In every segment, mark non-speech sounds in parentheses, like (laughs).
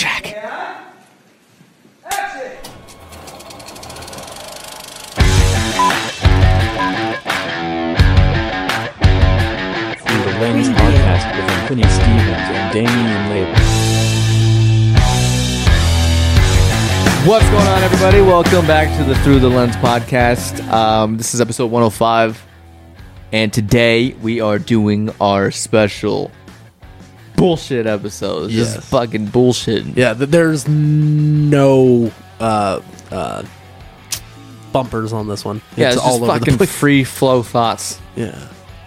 track. Through the Lanes podcast with Anthony Stevens and Damian Labor. What's going on, everybody? Welcome back to the Through the Lens podcast. Um, this is episode 105, and today we are doing our special bullshit episode. This Yes. is fucking bullshit. Yeah, th- there's no uh, uh, bumpers on this one. Yeah, it's, all just over fucking the place. free flow thoughts. Yeah,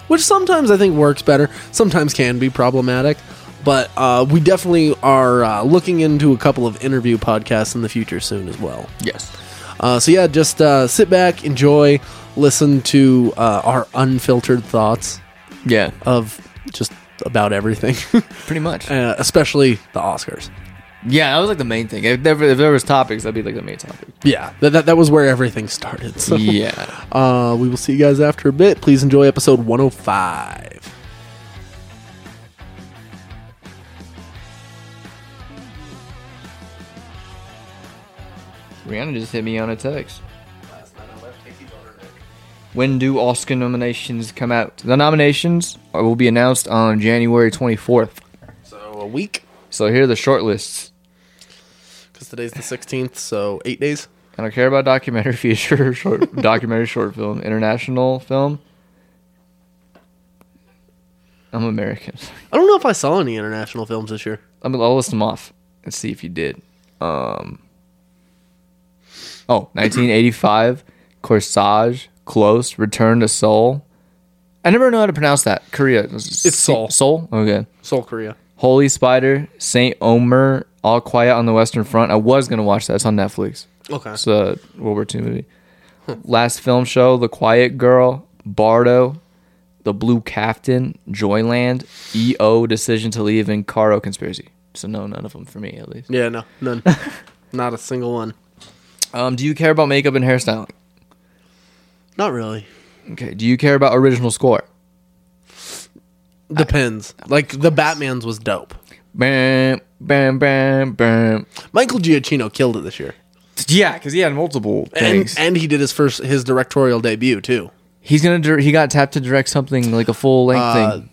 which sometimes I think works better. Sometimes can be problematic, but uh, we definitely are uh, looking into a couple of interview podcasts in the future soon as well. Yes. Uh, so yeah, just uh, sit back, enjoy, listen to uh, our unfiltered thoughts Yeah, of just about everything, (laughs) pretty much. uh, especially the Oscars. Yeah, that was like the main thing. If there, if there was topics, that'd be like the main (laughs) topic. Yeah, that, that, that was where everything started. So. yeah. Uh, we will see you guys after a bit. Please enjoy episode 105. Rihanna just hit me on a text. When do Oscar nominations come out? The nominations are- will be announced on January 24th. So a week, So here are the short lists. because today's the 16th, so eight days. I don't care about documentary (laughs) feature, short documentary short film, international film. I'm American. I don't know if I saw any international films this year. I'm, I'll list them off and see if you did. Um. Oh, 1985, Corsage, Close, Return to Seoul. I never know how to pronounce that. Korea. It's Seoul. Seoul. Okay. Seoul, Korea. Holy Spider, Saint Omer, All Quiet on the Western Front. I was gonna watch that. It's on Netflix. Okay. It's a World War II movie. Last film show: The Quiet Girl, Bardo, The Blue Captain, Joyland, EO, Decision to Leave, and Caro Conspiracy. So no, none of them for me at least. Yeah, no, (laughs) none. Not a single one. Um, do you care about makeup and hairstyling? Not really. Okay. Do you care about original score? Depends. like, the Batman's was dope. Bam, bam, bam, bam. Michael Giacchino killed it this year. Yeah, because he had multiple And, things. and he did his first, his directorial debut, too. He's gonna. Dir- he got tapped to direct something like a full length thing.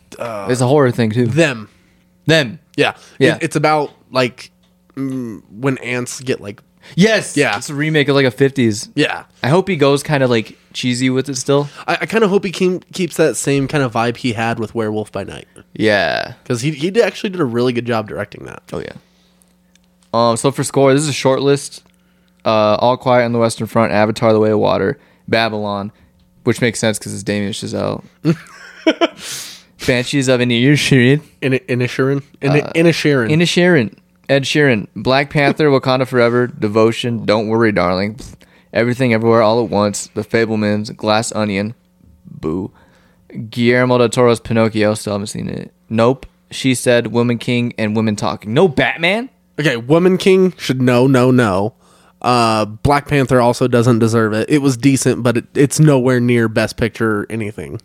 it's a horror thing too. Them. Uh, Them. Yeah. Yeah. It- it's about, like, mm, when ants get, like, Yes. Yeah. It's a remake of like a fifties. yeah. I hope he goes kind of like cheesy with it still. I, I kind of hope he keep, keeps that same kind of vibe he had with Werewolf by Night Yeah. because he he did- actually did a really good job directing that. Oh yeah. Um. So for score, this is a short list. Uh, All Quiet on the Western Front, Avatar: The Way of Water, Babylon, which makes sense because it's Damien (laughs) Chazelle. Banshees of Inisherin, In Inisherin, Uh, in Inisherin, Inisherin, Ed Sheeran, Black Panther, Wakanda Forever, Devotion, Don't Worry, Darling, Everything Everywhere All at Once, The Fablemans, Glass Onion, Boo, Guillermo del Toro's Pinocchio. Still haven't seen it. Nope. She said, Woman King and Women Talking. No Batman. okay, Woman King should no no no. Uh, Black Panther also doesn't deserve it. It was decent, but it, it's nowhere near Best Picture or anything.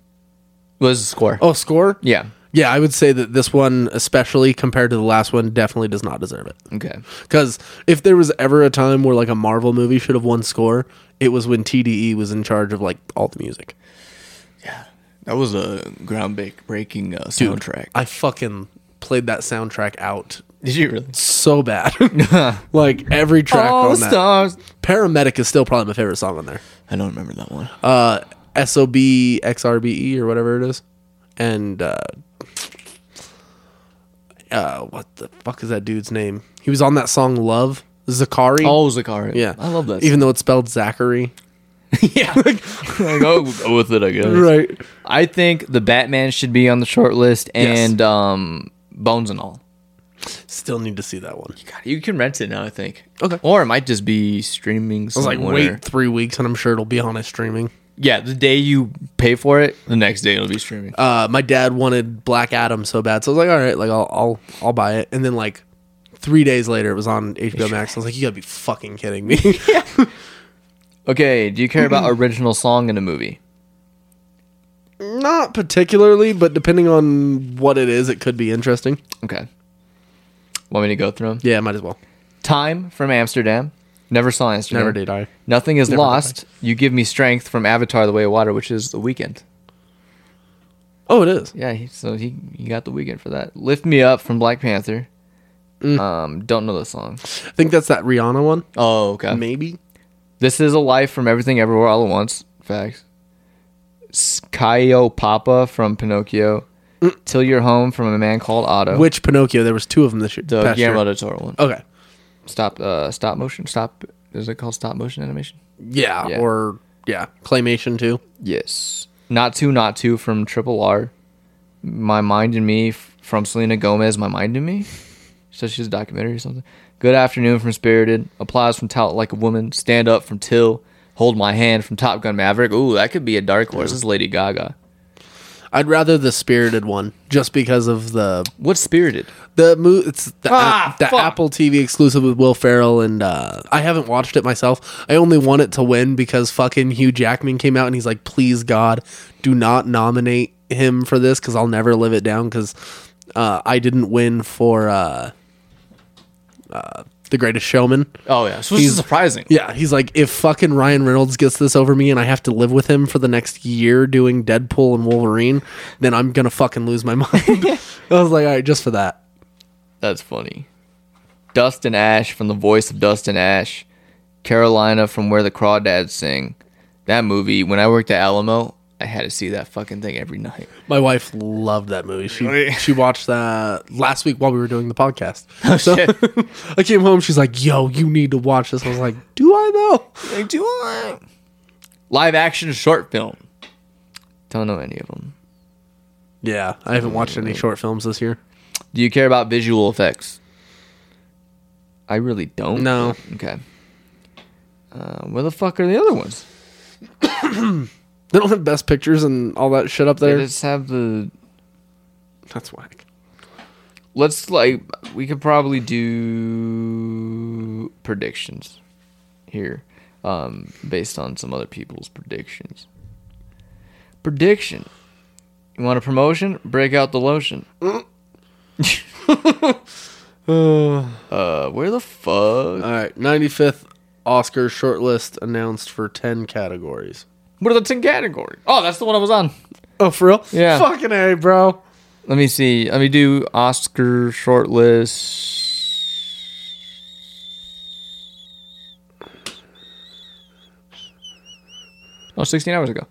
was the score. Oh, score? Yeah. yeah. I would say that this one, especially compared to the last one, definitely does not deserve it. Okay. Because if there was ever a time where like a Marvel movie should have won score, it was when TDE was in charge of like all the music. That was a groundbreaking uh, Dude, I fucking played that soundtrack out Did you really? (laughs) so bad. (laughs) like every track All the on that. stars. Paramedic is still probably my favorite song on there. I don't remember that one. Uh, SOB XRBE E, or whatever it is. And uh, uh, what the fuck is that dude's name? He was on that song Love. Zakari. oh, Zakari. yeah. I love (laughs) that. Even though it's spelled Zachary. (laughs) yeah. go, go with it, I guess. Right. I think the Batman should be on the short list Yes. and um, Bones and all. Still need to see that one. God, you can rent it now, I think. Okay. Or it might just be streaming I was like, somewhere. wait three weeks and I'm sure it'll be on a streaming. Yeah, the day you pay for it, the next day it'll be streaming. uh, my dad wanted Black Adam so bad, so I was like, all right, like I'll I'll I'll buy it. And then like three days later, it was on HBO Max. I was like, you gotta be fucking kidding me. (laughs) Uh, okay, do you care about (clears throat) original song in a movie? Not particularly, but depending on what it is, it could be interesting. Okay. Want me to go through them? Yeah, might as well. Time from Amsterdam. Never saw Amsterdam. Never did I. Nothing is Never did I. lost. You give me strength from Avatar: The Way of Water, which is the weekend. Oh, it is. Yeah, he, so he, he got the weekend for that. Lift me up from Black Panther. Um, don't know the song. I think that's that Rihanna one. Oh, okay. Maybe. This is a life from Everything Everywhere All at Once. Facts. Kaio Papa from Pinocchio. Till You're Home from a man called Otto. Oh. Which Pinocchio? There was two of them this year. the past year. Guillermo del Toro one. Okay. Stop. Uh, stop motion. Stop. Is it called stop motion animation? Yeah, Yeah. Or yeah, claymation too. Yes. Not two. Not two from Triple R. My mind and me f- from Selena Gomez. My mind and me. (laughs) So she's a documentary or something. Good afternoon from Spirited. Applause from Tout Like a Woman. Stand up from Till. Hold my hand from Top Gun Maverick. Ooh, that could be a dark horse. This is Lady Gaga. I'd rather the spirited one, just because of the What's Spirited? the mo- It's the, Ah, app- the fuck. Apple TV exclusive with Will Ferrell, and uh, I haven't watched it myself. I only want it to win because fucking Hugh Jackman came out and he's like, "Please God, do not nominate him for this because I'll never live it down." Because uh, I didn't win for uh, uh, the Greatest Showman. Oh yeah, so this is surprising. Yeah, he's like, if fucking Ryan Reynolds gets this over me and I have to live with him for the next year doing Deadpool and Wolverine, then I'm gonna fucking lose my (laughs) mind. (laughs) I was like, all right, just for that. That's funny. Dust and Ash from the voice of Dust and Ash. Carolina from Where the Crawdads Sing. That movie, when I worked at Alamo, I had to see that fucking thing every night. My wife loved that movie. She she watched that last week while we were doing the podcast. so shit. (laughs) I came home, she's like, yo, you need to watch this. I was like, do I though? Like, do I? Live action short film. Don't know any of them. Yeah, I haven't watched any short films this year. Do you care about visual effects? I really don't. No. Okay. Uh, where the fuck are the other ones? They don't have best pictures and all that shit up They there. just have the That's whack. let's like we could probably do predictions here um based on some other people's predictions prediction you want a promotion break out the lotion uh where the fuck All right, 95th Oscar shortlist announced for 10 categories. what are the 10 categories oh that's the one i was on Oh, for real? Yeah. Fucking A, bro. let me see let me do oscar shortlist Oh, 16 hours ago.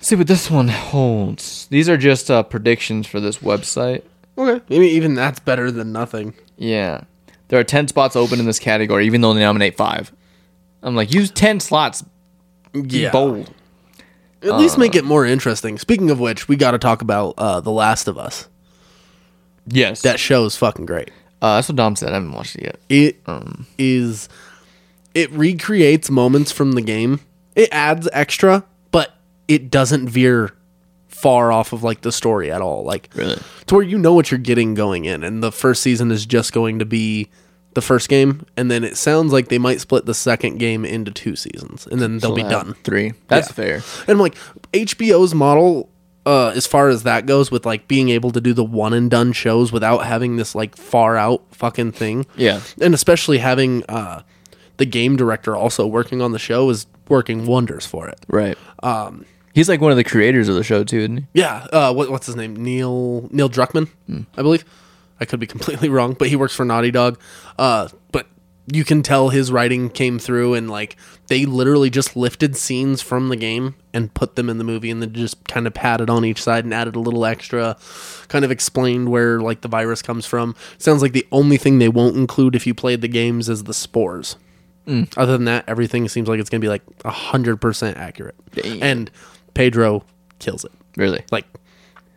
see what this one holds. These are just uh, predictions for this website. Okay. Maybe even that's better than nothing. Yeah. There are 10 spots open in this category, even though they nominate five. I'm like, use 10 slots. Be bold. At least make it more interesting. Speaking of which, we got to talk about uh, The Last of Us. Yes. That show is fucking great. uh, that's what Dom said. I haven't watched it yet. It is. It recreates moments from the game. It adds extra, but it doesn't veer far off of like the story at all. Like Really? to where you know what you're getting going in, and the first season is just going to be the first game, and then it sounds like they might split the second game into two seasons, and then they'll be Uh, done. Three. That's Yeah. fair. And like HBO's model, uh, as far as that goes, with like being able to do the one and done shows without having this like far out fucking thing. Yeah. And especially having uh, the game director also working on the show is working wonders for it. Right. Um, He's like one of the creators of the show, too, isn't he? Yeah. Uh, what, what's his name? Neil Neil Druckmann, I believe. I could be (laughs) completely wrong, but he works for Naughty Dog. Uh, but you can tell his writing came through, and like they literally just lifted scenes from the game and put them in the movie, and then just kind of padded on each side and added a little extra, kind of explained where like the virus comes from. Sounds like the only thing they won't include if you played the games is the spores. Other than that, everything seems like it's gonna be like hundred percent accurate, and Pedro kills it Really? like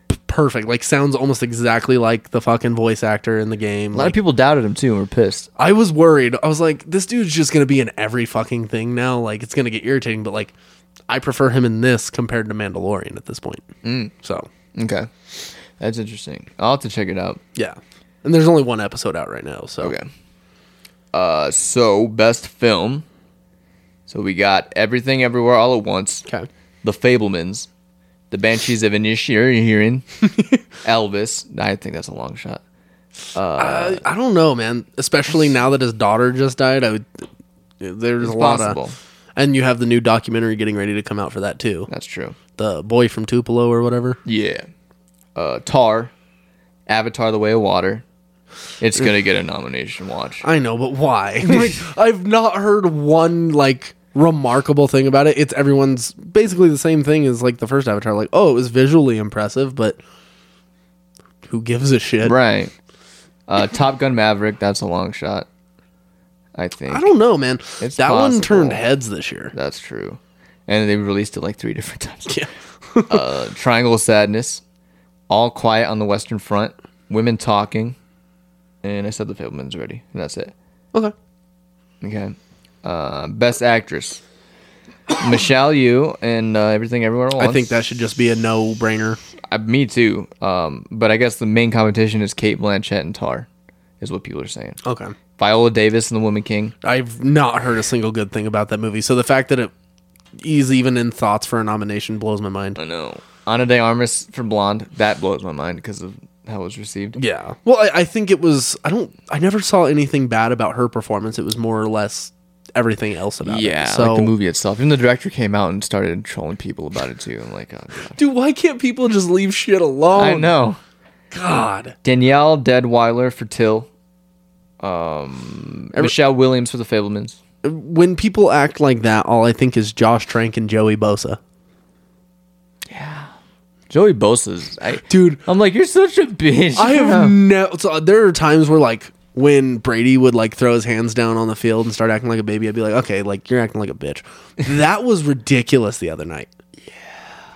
p- perfect. Like sounds almost exactly like the fucking voice actor in the game. A lot of Like, people doubted him too and were pissed. I was worried. I was like, this dude's just gonna be in every fucking thing now. Like it's gonna get irritating. But like, I prefer him in this compared to Mandalorian at this point. Mm. So Okay. That's interesting. I'll have to check it out. yeah, and there's only one episode out right now. So Okay. Uh so best film. So we got Everything Everywhere All at Once. Okay. The Fablemans. (laughs) The Banshees of Inisherin. Elvis. I think that's a long shot. I, Uh, I don't know, man. Especially now that his daughter just died, I would, there's a lot possible. of. And you have the new documentary getting ready to come out for that too. That's true. The boy from Tupelo or whatever. Yeah. Uh, Tar, Avatar: The Way of Water. It's gonna get a nomination. Watch. I know, (laughs) but why? like, I've not heard one like remarkable thing about it. It's everyone's basically the same thing as like the first Avatar. Like, oh, it was visually impressive, but who gives a shit? Right. Uh, Top Gun: Maverick. That's a long shot. I think I don't know, man. It's that one possible. turned heads this year. that's true. And they released it like three (laughs) different times. Yeah. Uh, Triangle of Sadness, All Quiet on the Western Front, Women Talking, and I said the Fablemans already, and that's it. Okay. Okay. Uh, best Actress, (coughs) Michelle Yu and uh, Everything Everywhere at Once. I think that should just be a no brainer. Uh, me too. Um, but I guess the main competition is Kate Blanchett and Tar, is what people are saying. Okay. Viola Davis and The Woman King. I've not heard a single good thing about that movie. So the fact that it is even in thoughts for a nomination blows my mind. I know. Ana de Armas for Blonde. That blows my mind because of how it was received. Yeah. Well, I, I think it was. I don't. I never saw anything bad about her performance. It was more or less everything else about it. So, like the movie itself. Even the director came out and started trolling people about it too. I'm like, (laughs) oh god. dude, why can't people just leave shit alone? I know. God. Oh, Danielle Deadweiler for Till. Um, Michelle Williams for The Fablemans. When people act like that, all I think is Josh Trank and Joey Bosa. Joey Bosa's. I, Dude. I'm like, you're such a bitch. (laughs) I have no. So uh, there are times where like when Brady would like throw his hands down on the field and start acting like a baby, I'd be like, okay, like you're acting like a bitch. that was ridiculous the other night.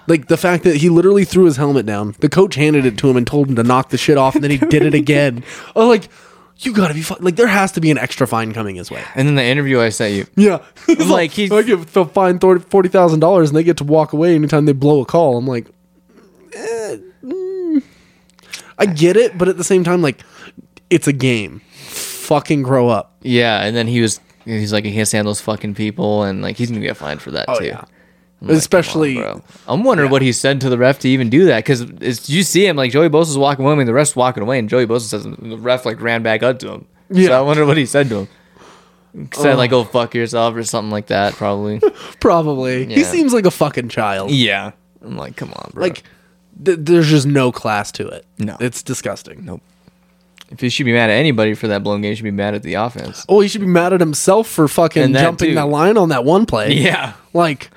Like the fact that he literally threw his helmet down. The coach handed it to him and told him to knock the shit off, and then he did it again. Oh, like you gotta be fu- like there has to be an extra fine coming his way. And then the interview I sent you. Yeah, (laughs) He's Like, he's- I give the fine thor- forty thousand dollars, and they get to walk away anytime they blow a call. I'm like, eh, mm. I get it, but at the same time, like, it's a game. Fucking grow up. Yeah, and then he was. He's like, he can't stand those fucking people, and like he's gonna get fined for that too. Oh, yeah. I'm like, Especially- come on, bro. I'm wondering what he said to the ref to even do that because you see him like Joey Bosa's walking away, and the ref's walking away, and Joey Bosa says and the ref like ran back up to him. Yeah. so I wonder what he said to him. Said like, "Go fuck yourself" or something like that, (laughs) probably. Probably. He Yeah. seems like a fucking child. yeah, I'm like, come on, bro. Like, th- there's just no class to it. No. it's disgusting. No. if he should be mad at anybody for that blown game, he should be mad at the (laughs) offense. Oh, he should be mad at himself for fucking And that jumping too. the line on that one play. Yeah, Like,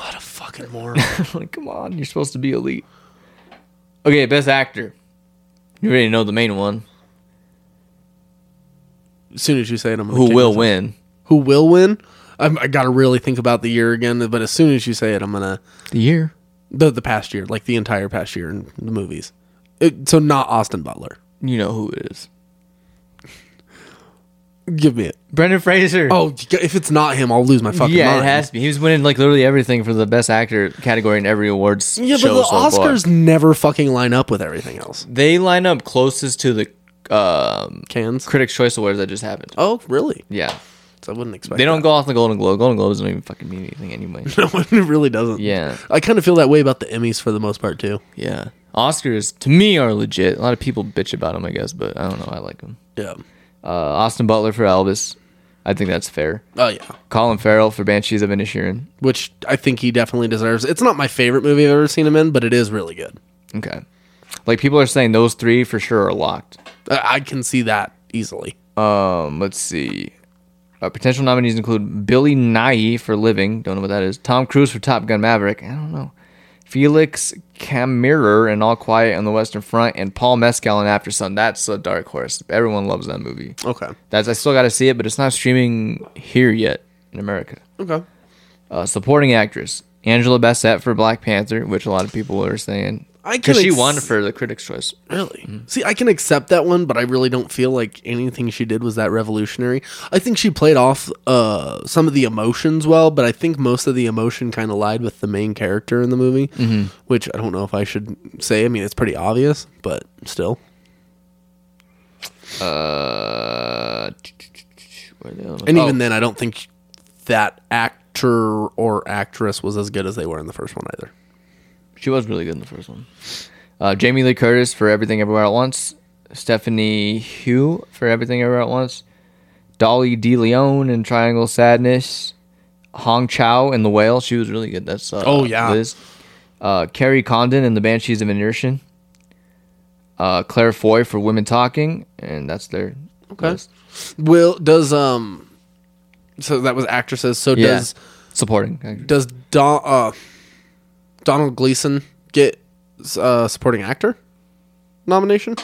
what a fucking moron. (laughs) like, come on, you're supposed to be elite. Okay, best actor. You already know the main one. as soon as you say it, I'm gonna Who kick will myself. win? who will win. I'm, I got to really think about the year again, but as soon as you say it, I'm gonna The year. the the past year, like the entire past year in the movies. It, so not Austin Butler. You know who it is. Give me it. Brendan Fraser. Oh, if it's not him, I'll lose my fucking yeah, mind. it has to be. He was winning like literally everything for the best actor category in every awards Yeah, but show the so far. Oscars never fucking line up with everything else. They line up closest to the um, Cans. Critics' Choice Awards that just happened. oh, really? Yeah, So I wouldn't expect. they don't go off the Golden Globe. Golden Globe doesn't even fucking mean anything anyway. that. (laughs) go. it really doesn't. Yeah. I kind of feel that way about the Emmys for the most part too. yeah, Oscars to me are legit. A lot of people bitch about them, I guess, but I don't know. I like them. Yeah. Uh, Austin Butler for Elvis. I think that's fair. Oh yeah. Colin Farrell for Banshees of Inisherin. Which I think he definitely deserves. It's not my favorite movie I've ever seen him in, but it is really good. Okay. Like people are saying those three for sure are locked. I, I can see that easily. Um, let's see. Uh, potential nominees include Billy Nye for Living. Don't know what that is. Tom Cruise for Top Gun Maverick. I don't know. Felix Kammerer in All Quiet on the Western Front, and Paul Mescal in After Sun. That's a dark horse. Everyone loves that movie. Okay. That's I still got to see it, but it's not streaming here yet in America. Okay. Uh, supporting actress Angela Bassett for Black Panther, which a lot of people are saying I can because she ex- won for the Critics' Choice. Really? See, I can accept that one, but I really don't feel like anything she did was that revolutionary. I think she played off uh, some of the emotions well, but I think most of the emotion kind of lied with the main character in the movie, which I don't know if I should say. I mean, it's pretty obvious, but still. Uh, where the hell am I- And Oh, even then, I don't think that actor or actress was as good as they were in the first one either. Oh, She was really good in the first one. Uh, Jamie Lee Curtis for Everything Everywhere at Once. Stephanie Hugh for Everything Everywhere at Once, Dolly De Leon in Triangle Sadness, Hong Chow in The Whale. She was really good. That's uh, Oh, yeah. Liz. Uh, Carrie Condon in The Banshees of Inertion, uh, Claire Foy for Women Talking, and that's their Okay. list. Will does um so that was actresses. So Yeah, does supporting. actor. does Don uh Donald Gleason get uh supporting actor nomination?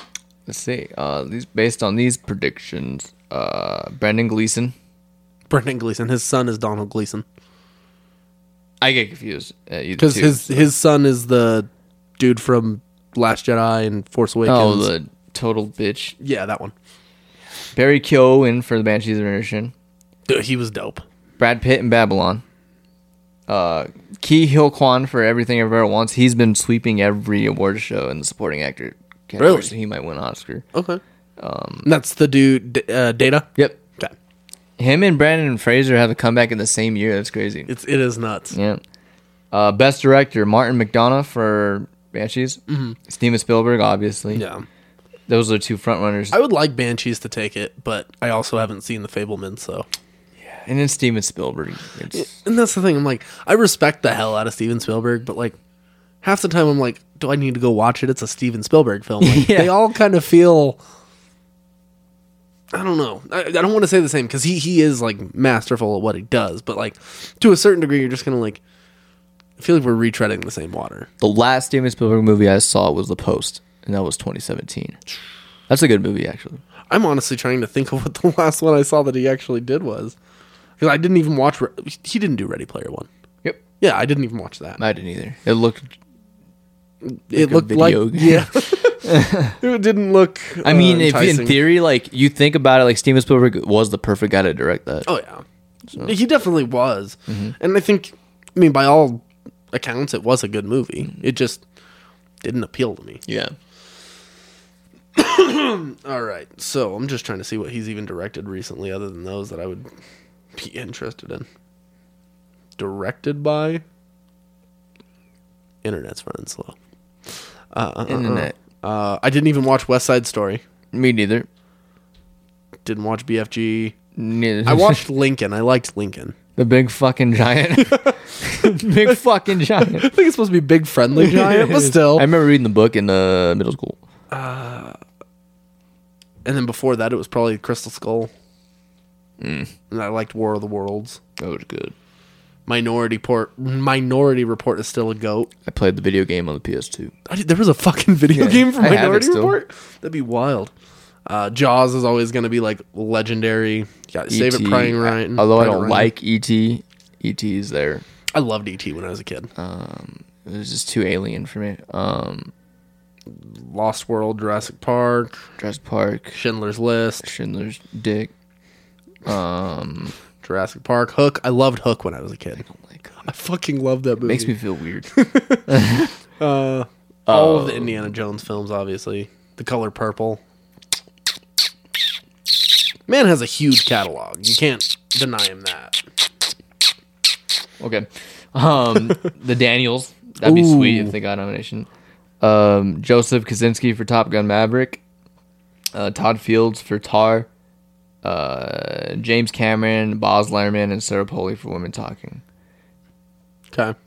Let's see. Uh, these based on these predictions. Uh, Brendan Gleeson. Brendan Gleason, his son is Donald Gleason I get confused uh, at either because two. his his son is the dude from Last Jedi and Force Awakens. oh the total bitch. yeah, that one. Barry Keoghan in for the Banshees of Inisherin. Dude, he was dope. Brad Pitt in Babylon. Uh, Ki Hill Kwan for Everything Everywhere at Once. He's been sweeping every award show in the supporting actor category, Really? so he might win Oscar. Okay. Um, that's the dude D- uh, Data. Yep. Okay. Him and Brandon Fraser have a comeback in the same year. That's crazy. It's it is nuts. Yeah. Uh, best director Martin McDonough for Banshees. Steven Spielberg, obviously. Mm-hmm. Yeah. Those are two front runners. I would like Banshees to take it, but I also haven't seen The Fableman, so. and then Steven Spielberg. It's, And that's the thing. I'm like, I respect the hell out of Steven Spielberg, but like, half the time I'm like, do I need to go watch it? It's a Steven Spielberg film. Like, Yeah. They all kind of feel. I don't know. I, I don't want to say the same because he he is like masterful at what he does, but like to a certain degree, you're just gonna like. I feel like we're retreading the same water. The last Steven Spielberg movie I saw was The Post, and that was 2017. That's a good movie, actually. I'm honestly trying to think of what the (laughs) last one I saw that he actually did was, because I didn't even watch. Re- he didn't do Ready Player One. Yep. Yeah, I didn't even watch that. I didn't either. It looked. it a looked video like game. yeah. (laughs) it didn't look. (laughs) I uh, mean, if in enticing. theory, like you think about it, like Steven Spielberg was the perfect guy to direct that. Oh yeah, he definitely was, Mm-hmm. and I think, I mean, by all accounts, it was a good movie. Mm-hmm. It just didn't appeal to me. yeah. All right, so I'm just trying to see what he's even directed recently, other than those that I would be interested in. Directed by. Internet's running slow. Internet. Uh, I didn't even watch West Side Story. Me neither. Didn't watch BFG. Neither. I (laughs) watched Lincoln. I liked Lincoln. (laughs) the big fucking (laughs) giant. big fucking giant. I think it's supposed to be big (laughs) friendly giant, but still. I remember reading the book in uh, middle school. and then before that, it was probably Crystal Skull. Mm. And I liked War of the Worlds. That was good. Minority Port, Minority Report is still a goat. I played the video game on the PS2. I did- there was a fucking video Yeah, game for I have it Minority still. Report. That'd be wild. Uh, Jaws is always going to be like legendary. You gotta save it, E.T., Praying Ryan. E uh, Although I Private don't Ryan. like E ET, ET is there. I loved ET when I was a kid. Uh. It was just too alien for me. Um, Lost World, Jurassic Park, Dress Park, Schindler's List, Schindler's Dick. Jurassic Park, Hook. I loved Hook when I was a kid. Like, I fucking loved that movie. makes me feel (laughs) weird. all of the Indiana Jones films, obviously. The Color Purple. Man has a huge catalog. You can't deny him that. okay. Um, the Daniels. That'd be sweet if they got a nomination. Um, Joseph Kaczynski for Top Gun Maverick. Uh, Todd Fields for Tar. Uh, James Cameron, Boz Lerman, and Sarah Polley for Women Talking. Okay.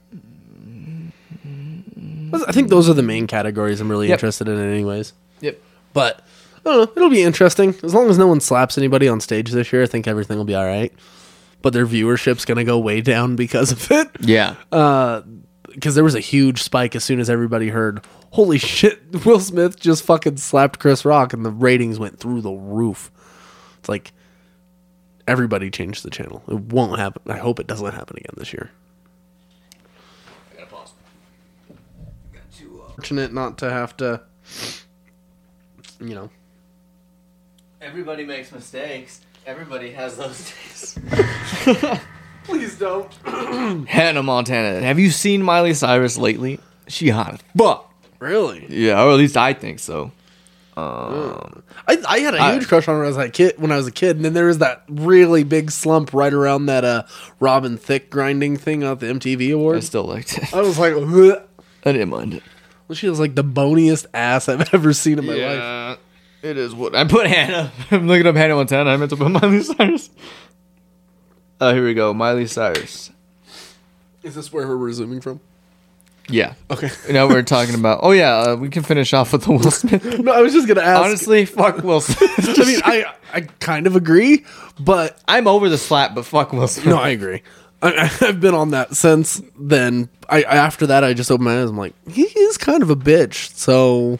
I think those are the main categories I'm really Yep. interested in, anyways. Yep. But I don't know. It'll be interesting as long as no one slaps anybody on stage this year. I think everything will be all right. But their viewership's gonna go way down because of it. Yeah. Uh, because there was a huge spike as soon as everybody heard, "Holy shit, (laughs) Will Smith just fucking slapped Chris Rock," and the ratings went through the roof. It's like everybody changed the channel. It won't happen. I hope it doesn't happen again this year. Fortunate not to have to, you know. Everybody makes mistakes. Everybody has those (laughs) days. Please don't. Hannah Montana. Have you seen Miley Cyrus lately? She hot as fuck. Really? Yeah, or at least I think so. I, I had a I- huge crush on her as a kid when I was a kid, and then there was that really big slump right around that uh, Robin Thicke grinding thing at the MTV I Awards. still liked it. (laughs) I was like, (laughs) "Ugh." I didn't mind it. (laughs) Well, she was like the boniest ass I've ever seen in my life. It is what I put Hannah. (laughs) I'm looking up Hannah Montana. I meant to put (laughs) Miley Cyrus. Oh, here we go. Miley Cyrus. Is this where we're resuming from? Yeah. Okay. (laughs) Now we're talking about. Oh yeah, uh, we can finish off with the Will Smith. No, (laughs) I was just gonna ask. Honestly, fuck Will Smith. (laughs) I mean, I I kind of agree, but (laughs) I'm over the slap, but fuck Will Smith. (laughs) no, I agree. I, I've been on that since then. I I- after that, I just opened my eyes. I'm like, he is kind of a bitch. (laughs) So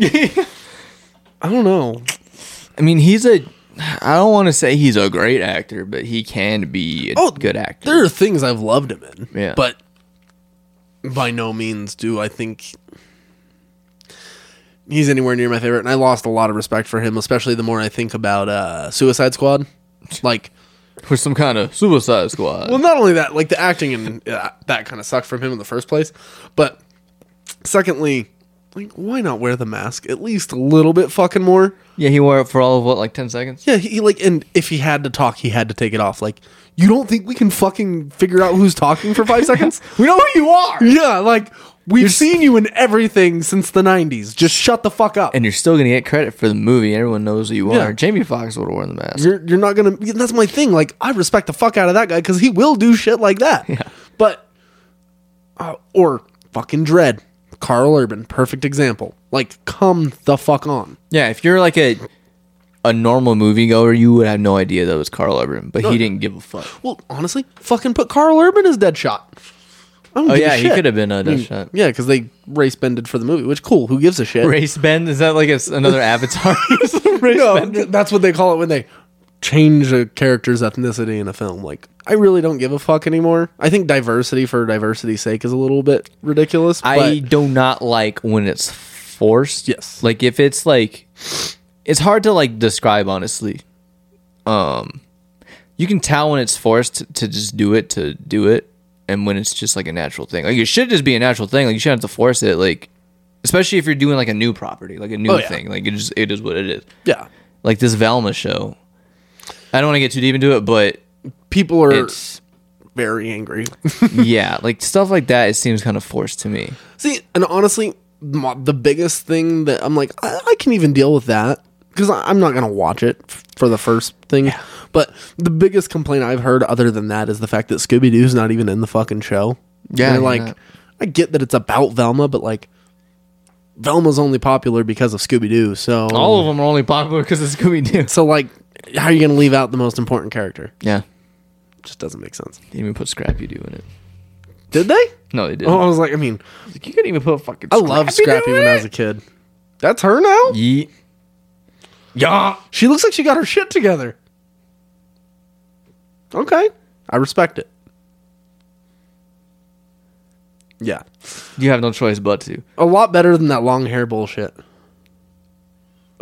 I don't know. I mean, he's a. I don't want to say he's a great actor, but he can be a Oh, good actor. There are things I've loved him in. Yeah. But by no means do I think he's anywhere near my favorite. And I lost a lot of respect for him, especially the more I think about uh, Suicide Squad. Like, for some kind of Suicide Squad. well, not only that, like the acting and uh, that kind of sucked from him in the first place. But secondly, like, why not wear the mask at least a little bit fucking more? yeah, he wore it for all of what, like ten seconds. Yeah, he, he like, and if he had to talk, he had to take it off. Like, you don't think we can fucking figure out who's talking for (laughs) five seconds? We know who you are, Yeah, like we've seen you in everything since the '90s. Just shut the fuck up. and you're still gonna get credit for the movie. Everyone knows who you Yeah. are. Jamie Foxx would have worn the mask. you're you're not gonna. That's my thing. Like I respect the fuck out of that guy because he will do shit like that. Yeah. But uh, or fucking dread. Carl Urban, perfect example. Like, come the fuck on. Yeah, if you're like a a normal moviegoer, you would have no idea that was Carl Urban, but he didn't give a fuck. Well, honestly, fucking put Carl Urban as Deadshot. I don't Oh give yeah, a he shit. could have been a Deadshot. Yeah, because they race bended for the movie, which cool. Who gives a shit? (laughs) Race bend is that like it's (laughs) another Avatar? Race no, bend? that's what they call it when they change a character's ethnicity in a film. Like, I really don't give a fuck anymore. I think diversity for diversity's sake is a little bit ridiculous. I but do not like when it's forced. Yes. Like if it's like it's hard to like describe honestly. Um you can tell when it's forced to just do it to do it and when it's just like a natural thing. Like it should just be a natural thing. Like you shouldn't have to force it like especially if you're doing like a new property, like a new Oh, yeah. thing. Like it just it is what it is. yeah, Like this Velma show. I don't want to get too deep into it, but people are it's very angry. (laughs) yeah, like stuff like that it seems kind of forced to me. See, and honestly, mo- the biggest thing that I'm like, I, I can even deal with that because I'm not gonna watch it f- for the first thing. But the biggest complaint I've heard, other than that, is the fact that Scooby Doo's not even in the fucking show. Yeah, I They're like, know that. I get that it's about Velma, but like, Velma's only popular because of Scooby Doo. So All of them are only popular because of Scooby Doo. so like, how are you gonna leave out the most important character? Yeah. Just doesn't make sense. They even put Scrappy Doo in it. Did they? No, they didn't. Oh, I was like, I mean, you couldn't even put fucking. I loved Scrappy when I was a kid. That's her now. Ye- yeah. She looks like she got her shit together. Okay. I respect it. Yeah. You have no choice but to. A lot better than that long hair bullshit.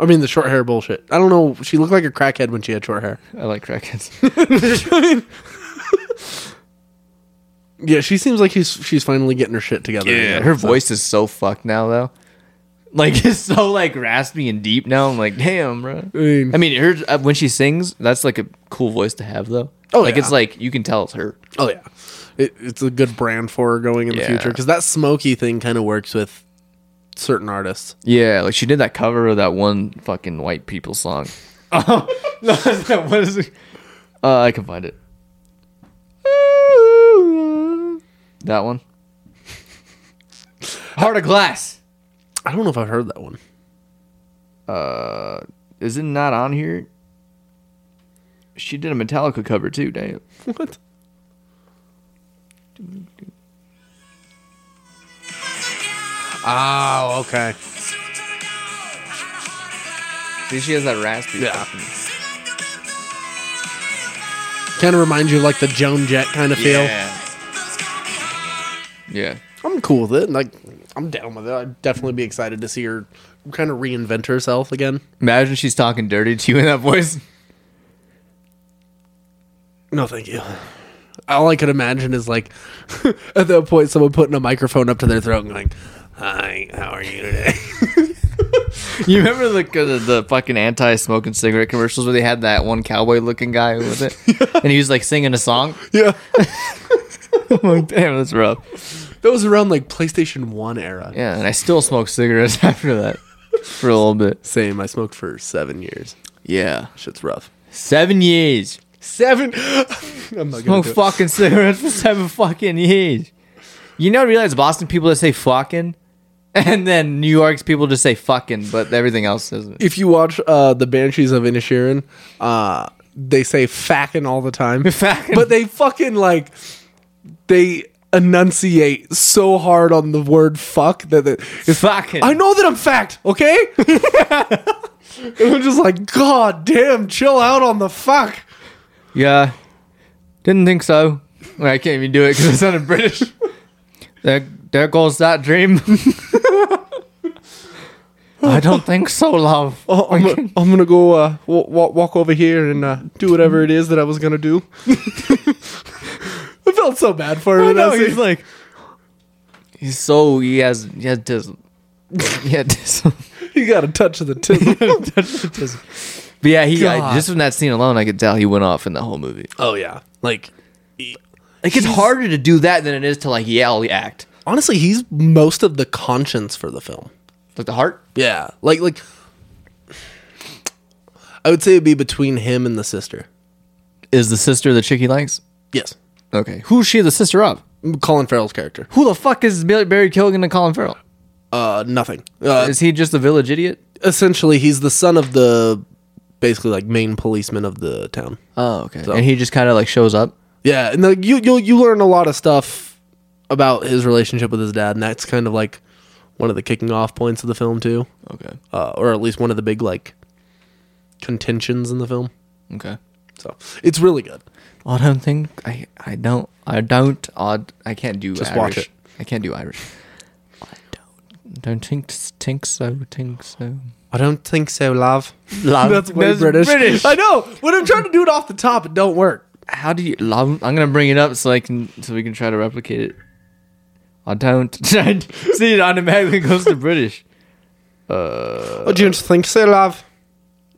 I mean, the short hair bullshit. I don't know. She looked like a crackhead when she had short hair. I like (laughs) crackheads. Yeah, she seems like she's she's finally getting her shit together. again, (laughs) her so. voice is so fucked now though. Like (laughs) it's so like raspy and deep now. I'm like, damn, bro. mean- I mean, her uh, when she sings, that's like a cool voice to have though. Oh, like yeah. it's like you can tell it's her. Oh yeah, it, it's a good brand for her going in the Yeah. future because that smoky thing kind of works with certain artists. Yeah, like she did that cover of that one fucking white people song. no, it's not- (laughs) what is it? Uh, I can find (laughs) it. That one. Heart of Glass. I don't know if I've heard that one. Uh, is it not on here? She did a Metallica cover too. Damn. (laughs) What? Oh, okay. See, she has that raspy. Yeah. Kind of reminds you of, like the Joan Jett kind of feel. Yeah. I'm cool with it. Like I'm down with it. I'd definitely be excited to see her kind of reinvent herself again. Imagine she's talking dirty to you in that voice. (laughs) No, thank you. All I could imagine is like (laughs) at that point someone putting a microphone up to their throat and going, "Hi, how are you today?" You remember the the, the fucking anti-smoking cigarette commercials where they had that one cowboy-looking guy with (laughs) it, and he was like singing a song. yeah. (laughs) (laughs) I'm like, damn, that's rough. That was around like PlayStation 1 era. Yeah, and I still smoke cigarettes (laughs) after that. for a little bit. Same. I smoked for seven years. Yeah, Shit's rough. seven years. Seven. (laughs) I'm not Smoke gonna do it. fucking cigarettes for seven fucking years. You know, realize Boston people just say fucking, and then New York's people just say fucking, but everything else isn't. If you watch uh, the Banshees of Inisherin, uh, they say "fackin" all the (laughs) time, Fackin'. but they (laughs) fucking like they enunciate so hard on the word "fuck" that it- it's Fucking. I know that I'm fact, okay? (laughs) and I'm just like, God damn, chill out on the fuck. Yeah, didn't think so. Well, I can't even do it because it sounded (laughs) British. there, there goes that dream. I don't think so, love. (laughs) Oh, (laughs) I'm, I gonna- I'm gonna go uh, w- walk over here and uh, do whatever it is that I was gonna do. (laughs) I felt so bad for him. in that scene. like, he's so he has he has dis, (laughs) he had dis, You got a touch of the tip. But yeah, he I, God. just from that scene alone, I could tell he went off in the whole movie. (laughs) oh yeah, like Like it's harder to do that than it is to like yell, act honestly, he's most of the conscience for the film. like the heart. Yeah, like like I would say it'd be between him and the sister. Is the sister the chick he likes? Yes, Okay, who's she the sister of? Colin Farrell's character. Who the fuck is Barry Barry Kilgan and Colin Farrell? Uh, nothing. Uh, Is he just a village idiot? essentially he's the son of the basically like main policeman of the town. Oh, okay. And he just kind of like shows up. Yeah, and like you you you learn a lot of stuff about his relationship with his dad, and that's kind of like one of the kicking off points of the film too, Okay. uh, or at least one of the big like contentions in the film. Okay. So it's really good. I don't think I. I don't. I don't. Odd. I can't do. Just Irish. watch it. I can't do Irish. I don't. Don't think. Think so. Think so. I don't think so, (laughs) love. Love. That's way British. I know. When I'm trying to do it off the top, it don't work. How do you love? I'm gonna bring it up so I can so we can try to replicate it. I don't. (laughs) See, it automatically goes to (laughs) British. oh, do you think so, love?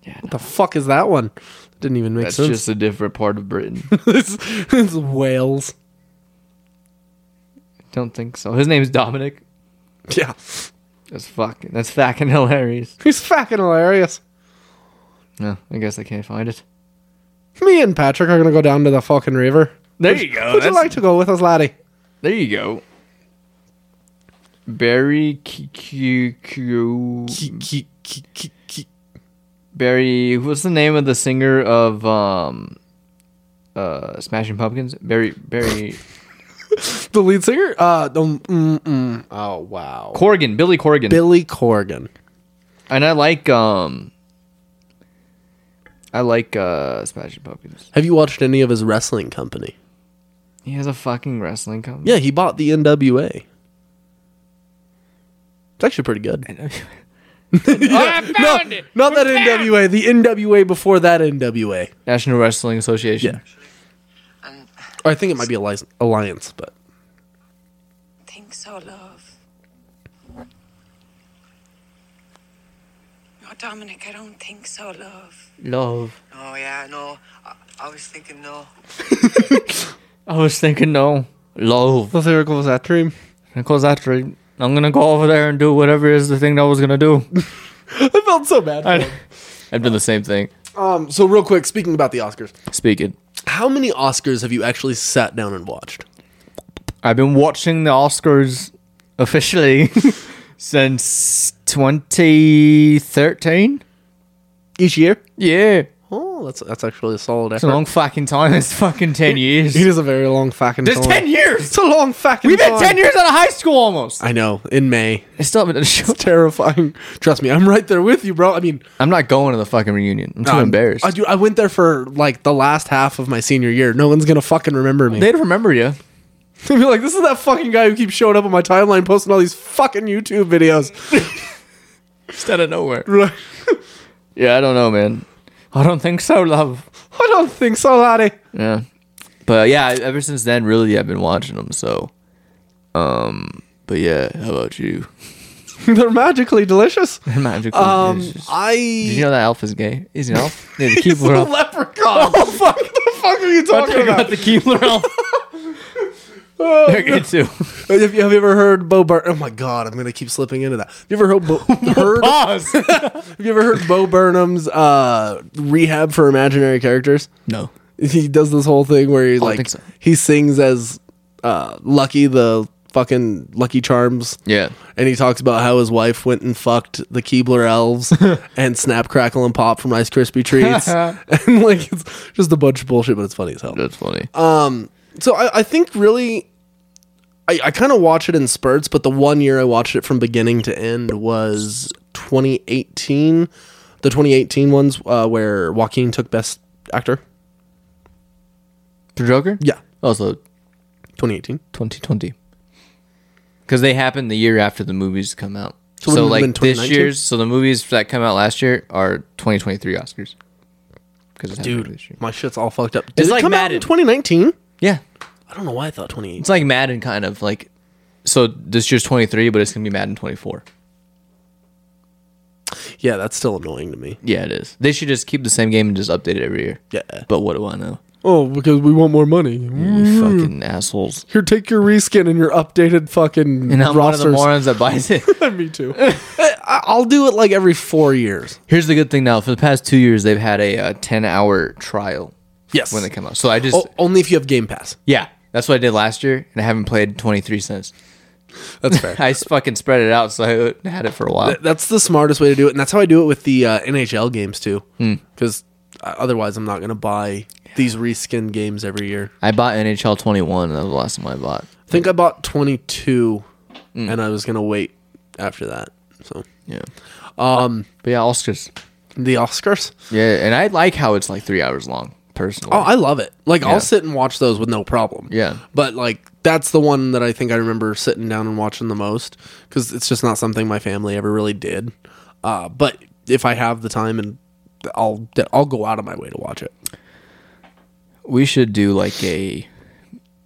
Yeah, What the fuck is that one? Didn't even make That's sense. just a different part of Britain. (laughs) (laughs) it's, it's Wales. don't think so. His name's Dominic. Yeah. That's fucking. That's fucking hilarious. He's fucking hilarious. No, I guess I can't find it. Me and Patrick are gonna go down to the fucking river. There you go. Would you that's- like to go with us, laddie? There you go. Barry Q Q Q Barry. What's the name of the singer of um, uh, Smashing Pumpkins? Barry (laughs) Barry The lead singer? Uh, um, mm, mm. oh wow, Corgan. Billy Corgan. Billy Corgan. and I like um, I like uh, Smashing Pumpkins. Have you watched any of his wrestling company? He has a fucking wrestling company. Yeah, he bought the NWA. It's actually pretty good. no, not that NWA. The NWA before that NWA. National Wrestling Association. Yeah. Um, Or I think it might be Alliance, Alliance but (laughs) think so, love. No, Dominic, I don't think so, love. Love. Oh yeah, no. I, I was thinking no. I was thinking no. Love. well, there goes that dream. Because after I'm gonna go over there and do whatever is the thing that I was gonna do. I felt so bad. For him. (laughs) I've done the same thing. Um, so real quick, speaking about the Oscars, Speaking. how many Oscars have you actually sat down and watched? I've been watching the Oscars officially (laughs) since 2013. Each year? Yeah. Oh, that's that's actually a solid It's a effort. long fucking time. It's fucking 10 years. it is a very long fucking. It's time. 10 years. It's a long fucking. We've been time. 10 years out of high school almost. I know. In May, I still haven't done a show. (laughs) terrifying. Trust me, I'm right there with you, bro. I mean, I'm not going to the fucking reunion. I'm too I'm- embarrassed. I, dude, I went there for like the last half of my senior year. No one's gonna fucking remember me. (laughs) They'd remember you. They'd be like, "This is that fucking guy who keeps showing up on my timeline, posting all these fucking (laughs) YouTube videos." Just out of nowhere. Right. Yeah, I don't know, man. I don't think so, love. (laughs) I don't think so, laddie. (laughs) Yeah. But yeah, ever since then, really, I've been watching them. So, um, but yeah, how about you? (laughs) They're magically delicious. Magical. Um, Did I. (laughs) you know that elf is gay? Is he an elf? (laughs) Yeah, the Keebler a elf. (laughs) leprechaun. Oh fuck! what the fuck are you I (laughs) talking think about? Oh, about the Keebler elf. They're good too. Have you, have you ever heard Bo Burnham? Oh my God, I'm gonna keep slipping into that. Have you ever (laughs) heard Bo, heard, (laughs) Pause. have you ever heard Bo Burnham's uh, rehab for imaginary characters? No. He does this whole thing where he Oh, I like think so. he sings as uh, Lucky the fucking Lucky Charms. Yeah. And he talks about how his wife went and fucked the Keebler (laughs) elves and Snap Crackle and Pop from Rice Krispie treats, and like it's just a bunch of bullshit, but it's funny as hell. Um, That's funny. So I, I think really, I, I kind of watch it in spurts, but the one year I watched it from beginning to end was 2018. The 2018 ones uh, where Joaquin took Best Actor. For Joker? Yeah, Also 2018. 2020. Because they happen the year after the movies come out. So So, it wouldn't have like been this 2019? year's, so the movies that come out last year are 2023 Oscars. Because Dude, this year. my shit's all fucked up. Did It's it like come out Madden. in 2019? yeah, I don't know why I thought 2018. it's like Madden kind of like. So this year's 23, but it's gonna be Madden 24. Yeah, that's still annoying to me. Yeah, it is. They should just keep the same game and just update it every year. Yeah. But what do I know? Oh, because we want more money. You fucking assholes. Here, take your reskin and your updated fucking And I'm one of the rosters. morons that buys it. (laughs) me too. (laughs) I- I'll do it like every four years. Here's the good thing now. For the past two years, they've had a uh, 10 hour trial Yes. when they come out. So I just Oh, only if you have Game Pass. Yeah, that's what I did last year, and I haven't played 23 since. (laughs) That's fair. (laughs) I s- fucking spread it out, so I had it for a while. Th- That's the smartest way to do it, and that's how I do it with the uh, NHL games too. Because otherwise, I'm not gonna buy these reskin games every year. I bought NHL 21. That was the last time I bought. I think I bought 22, and I was gonna wait after that. So Yeah. Um. But yeah, Oscars. the Oscars. Yeah, and I like how it's like three hours long. Personally, Oh, I love it. Like Yeah. I'll sit and watch those with no problem. Yeah. But like that's the one that I think I remember sitting down and watching the most because it's just not something my family ever really did. Uh, but if I have the time and I'll I'll go out of my way to watch it. we should do like a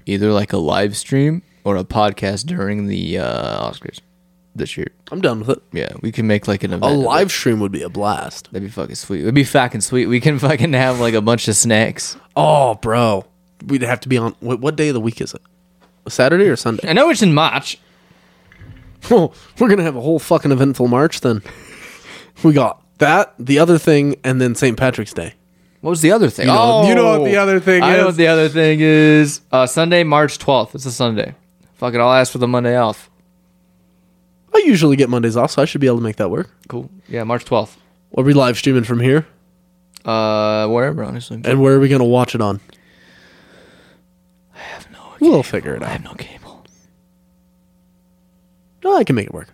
either like a live stream or a podcast during the uh, Oscars this year. I'm done with it. Yeah, we can make like an event. A of it. live stream would be a blast. That'd be fucking sweet. It'd be fucking sweet. We can fucking have like a bunch of snacks. Oh, bro, we'd have to be on. What, what day of the week is it? Saturday (laughs) or Sunday? I know it's in March. Oh, we're gonna have a whole fucking eventful March then. We got that, the other thing, and then St. Patrick's Day. What was the other thing? Oh, know- you know what the other thing I know what is. the other thing is. Uh, Sunday, March 12th. It's a Sunday. Fuck it. I'll ask for the Monday off. I usually get Mondays off, so I should be able to make that work. Cool. Yeah, March 12th. Are we live streaming from here? Uh, wherever, honestly. And where are we gonna watch it on? I have no We'll figure it I out. have no cable. No, I can make it work.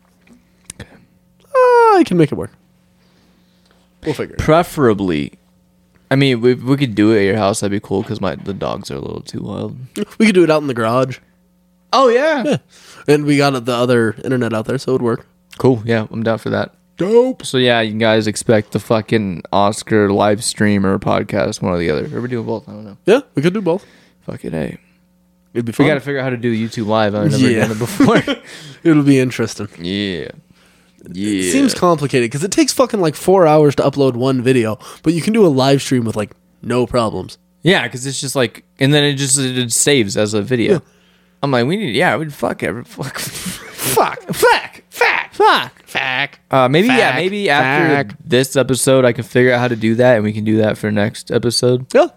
Ah, I can make it work. We'll figure it out. (laughs) Preferably, I mean, we, we could do it at your house. That'd be cool because my the dogs are a little too wild. We could do it out in the garage. Oh, yeah. And we got the other internet out there, so it would work. Cool. Yeah, I'm down for that. Dope. So, yeah, you guys expect the fucking Oscar live stream or podcast, one or the other. Or we doing both. I don't know. Yeah, we could do both. Fuck it, hey. It'd be fun. We got to figure out how to do YouTube live. I've never Yeah. done it before. (laughs) It'll be interesting. yeah. Yeah. Seems complicated because it takes fucking like four hours to upload one video, but you can do a live stream with like no problems. Yeah, because it's just like, and then it just it, it saves as a video. I'm like, we need, yeah, we'd fuck every fuck, (laughs) fuck, fuck, fuck, fuck, fuck. Uh, maybe yeah, Fuck. maybe after Fuck. this episode, I can figure out how to do that, and we can do that for next episode. Yeah.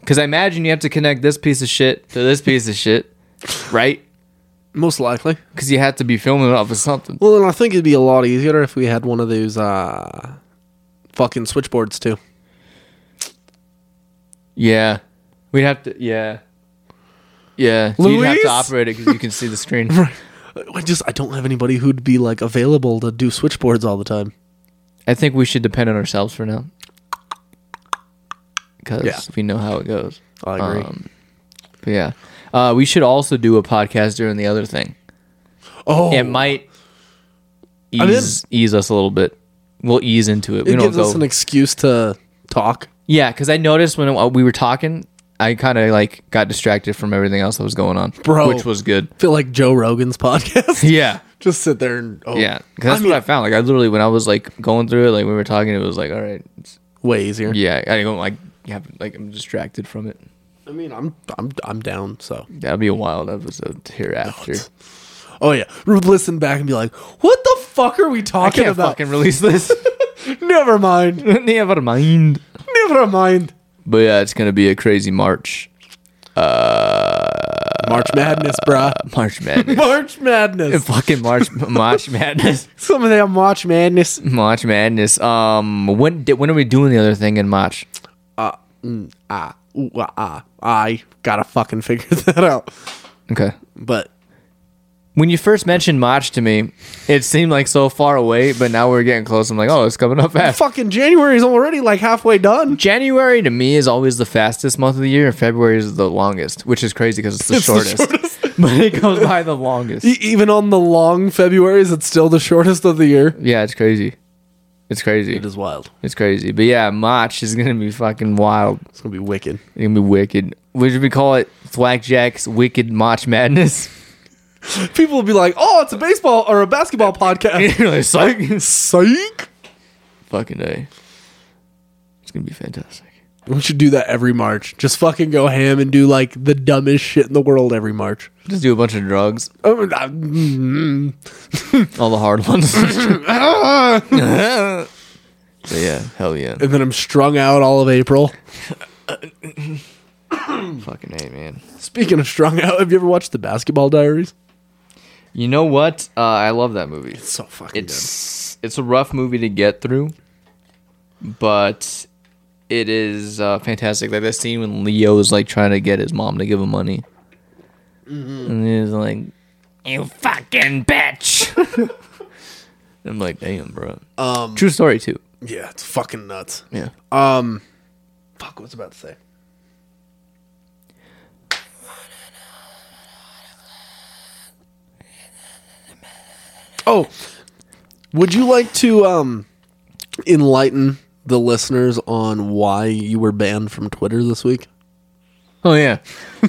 Because I imagine you have to connect this piece of shit to this piece of shit, (laughs) right? Most likely. Because you have to be filming it off of something. Well, then I think it'd be a lot easier if we had one of those uh, fucking switchboards too. Yeah, we'd have to. Yeah, yeah. You'd have Luis? to operate it because you can see the screen. (laughs) I just I don't have anybody who'd be like available to do switchboards all the time. I think we should depend on ourselves for now. Because Yeah. we know how it goes. I agree. Um, But yeah. Uh, we should also do a podcast during the other thing. oh, It might I'm in. ease, ease us a little bit. We'll ease into it. we it don't gives go. us an excuse to talk. yeah, because I noticed when uh, we were talking, I kind of like got distracted from everything else that was going on, Bro. which was good. Feel like Joe Rogan's (laughs) podcast. Yeah. just sit there and oh, Yeah, 'Cause that's I mean, what I found. Like I literally, when I was like going through it, like we were talking, it was like, all right, it's- way easier. yeah, I don't like have like I'm distracted from it. I mean, I'm I'm I'm down. So That'll be a wild episode hereafter. oh yeah, we would listen back and be like, what the fuck are we I talking can't about? fucking release (laughs) this. Never mind. Never mind. Never mind. But yeah, it's gonna be a crazy March. uh, March Madness, bruh. March Madness. (laughs) March Madness. fucking (laughs) March March Madness. Some of them March Madness. March Madness. Um, when did, when are we doing the other thing in March? Ah, ooh, ah, ah. I gotta fucking figure (laughs) that out. Okay. But When you first mentioned March to me, it seemed like so far away, but now we're getting close. I'm like, oh, it's coming up (laughs) fast. fucking January is already like halfway done. January to me is always the fastest month of the year, and February is the longest, which is crazy because it's, the, shortest. (laughs) but it goes by the longest. E- Even on the long Februarys, it's still the shortest of the year. Yeah, it's crazy. It's crazy. It is wild. It's crazy. But yeah, March is gonna be fucking wild. It's gonna be wicked. It's gonna be wicked. What should we call it? Thwack Jack's Wicked March Madness. (laughs) (laughs) People will be like, "Oh, it's a baseball or a basketball podcast." Really, psych. (laughs) Psych. fucking day. It's gonna be fantastic. We should do that every March. Just fucking go ham and do like the dumbest shit in the world every March. Just do a bunch of drugs, Oh, I- mm, all the hard (laughs) ones. but yeah, hell yeah, And then I'm strung out all of April. fucking a man. Speaking of strung out, have you ever watched The Basketball Diaries? You know what? Uh, I love that movie. So fucking It's it's a rough movie to get through, but it is uh, fantastic. Like that scene when Leo's like trying to get his mom to give him money, and he's like, "You fucking (laughs) bitch." I'm like, damn, bro. Um, True story too. dumb. Yeah, it's fucking nuts. Yeah. Fuck, what's about to say? Oh, would you like to um enlighten the listeners on why you were banned from Twitter this week? Oh yeah.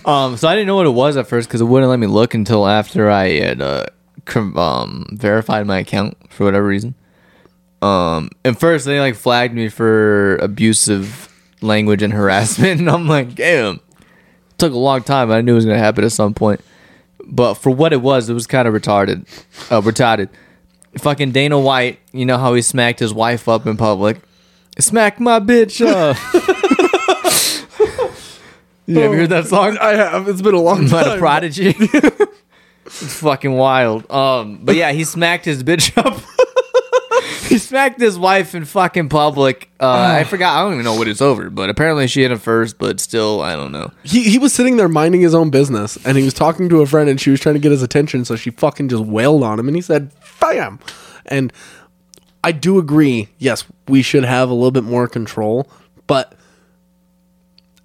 um, so I didn't know what it was at first because it wouldn't let me look until after I had uh, com- um, verified my account for whatever reason. Um, and first they like flagged me for abusive language and (laughs) harassment, and I'm like, damn. Took a long time. I knew it was gonna happen at some point, but for what it was, it was kind of retarded. Uh, retarded. Fucking Dana White. You know how he smacked his wife up in public. Smack my bitch up. (laughs) you ever heard that song? I have. It's been a long But (laughs) a prodigy. it's fucking wild. Um, but yeah, he smacked his bitch (laughs) up. he smacked his wife in fucking public. Uh, I forgot. I don't even know what it's over, but apparently she hit him first. But still, I don't know. He, he was sitting there minding his own business and he was talking to a friend and she was trying to get his attention so she fucking just wailed on him and he said bam and i do agree yes we should have a little bit more control but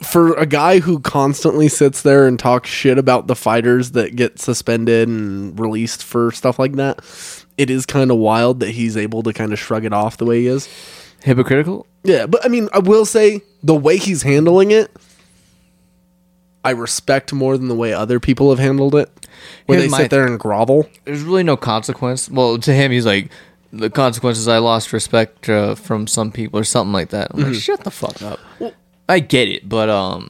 for a guy who constantly sits there and talks shit about the fighters that get suspended and released for stuff like that it is kind of wild that he's able to kind of shrug it off the way he is Hypocritical. yeah, but I mean, I will say the way he's handling it, I respect more than the way other people have handled it, where Here's they my- sit there and grovel. There's really no consequence. Well, to him, he's like the consequences. I lost respect uh, from some people or something like that. I'm like, shut the fuck up. I get it, but um,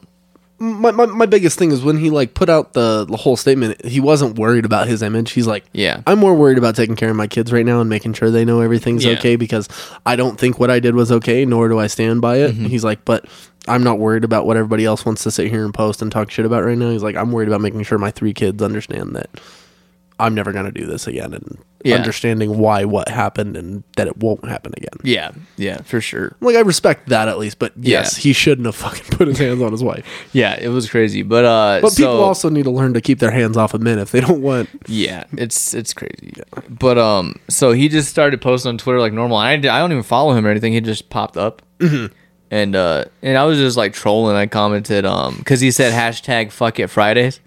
My, my my biggest thing is when he like put out the the whole statement, he wasn't worried about his image. He's like, Yeah. I'm more worried about taking care of my kids right now and making sure they know everything's Yeah. okay because I don't think what I did was okay, nor do I stand by it." Mm-hmm. He's like, "But." I'm not worried about what everybody else wants to sit here and post and talk shit about right now. He's like, I'm worried about making sure my three kids understand that I'm never going to do this again and Yeah. understanding why what happened and that it won't happen again. yeah, yeah, for sure. Like I respect that at least, but yes, Yeah. he shouldn't have fucking (laughs) put his hands on his wife. Yeah, it was crazy, but uh, But people so- also need to learn to keep their hands off of men if they don't want. Yeah, it's it's crazy. But um, so he just started posting on Twitter like normal. I d- I don't even follow him or anything. He just popped up, and uh, and I was just like trolling. I commented um, because he said hashtag fuck it Fridays,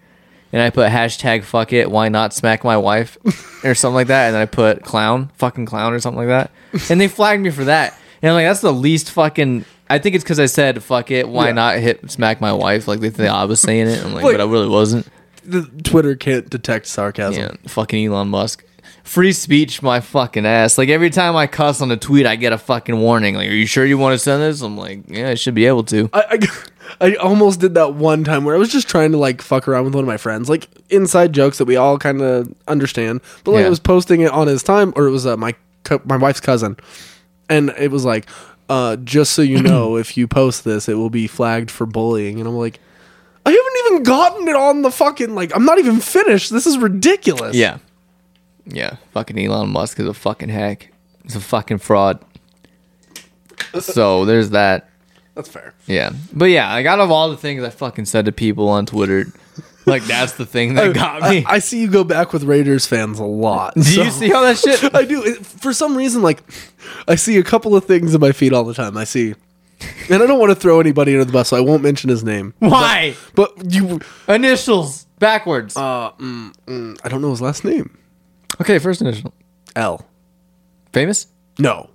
and I put hashtag fuck it. Why not smack my wife or something like that? And then I put clown fucking clown or something like that, and they flagged me for that. And I'm like, that's the least fucking. I think it's because I said fuck it. Why not hit smack my wife? Like they thought I was saying it. I'm like, Like- but I really wasn't. The Twitter can't detect sarcasm. Yeah, fucking Elon Musk. Free speech, my fucking ass. Like every time I cuss on a tweet, I get a fucking warning. Like, are you sure you want to send this? I'm like, yeah, I should be able to. I, I, I (laughs) almost did that one time where I was just trying to like fuck around with one of my friends, like inside jokes that we all kind of understand. But like, Yeah. I was posting it on his time, or it was uh, my co- my wife's cousin, and it was like, uh, just so you (clears throat) know, if you post this, it will be flagged for bullying. And I'm like, I haven't even gotten it on the fucking like. I'm not even finished. This is ridiculous. Yeah. Yeah. Fucking Elon Musk is a fucking hack. He's a fucking fraud. So there's that. that's fair. Yeah. But yeah, like out of all the things I fucking said to people on Twitter, like that's the thing that got me. (laughs) I, I see you go back with Raiders fans a (laughs) lot. Do so- you see all that shit? (laughs) I do. It, for some reason, like, I see a couple of things in my feed all the time. I see, and I don't want to throw anybody under the bus, so I won't mention his name. Why? But you, Initials backwards. Uh, I don't know his last name. okay, first initial. L. Famous? No,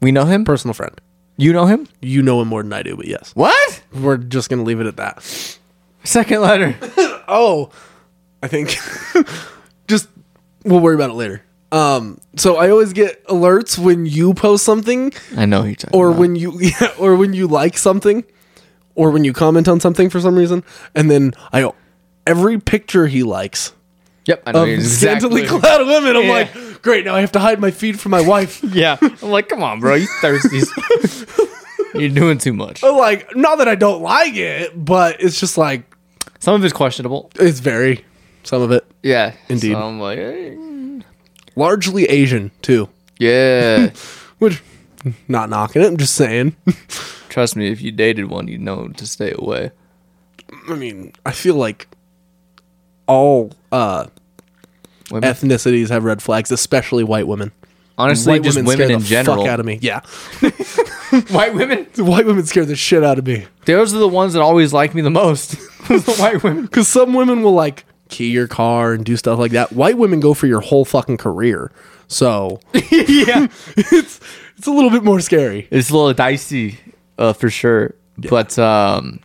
We know him? personal friend. You know him? You know him more than I do, but yes, What? we're just gonna leave it at that. Second letter. Oh, I think (laughs) just we'll worry about it later. Um, so I always get alerts when you post something I know who you're talking or about. when you (laughs) yeah, or when you like something or when you comment on something for some reason and then i every picture he likes Yep, I know of you're exactly. scantily clad women i'm Yeah. like great now i have to hide my feed from my (laughs) (laughs) wife (laughs) yeah. I'm like, come on, bro, you thirsty. (laughs) you're doing too much. But, like not that i don't like it but it's just like Some of it's questionable. it's very some of it Yeah, Indeed. So I'm like, eh. largely asian too (laughs) yeah. which not knocking it i'm just saying (laughs) Trust me, if you dated one, you'd know to stay away. i mean i feel like all Mm. uh Women, ethnicities have red flags especially white women honestly, white just women, scare in the general. fuck out of me yeah White women. (laughs) The white women scare the shit out of me. Those are the ones that always like me the most. (laughs) the white women. Because some women will like key your car and do stuff like that. White women go for your whole fucking career. So (laughs) yeah, (laughs) it's it's a little bit more scary. it's a little dicey, uh, for sure. But um,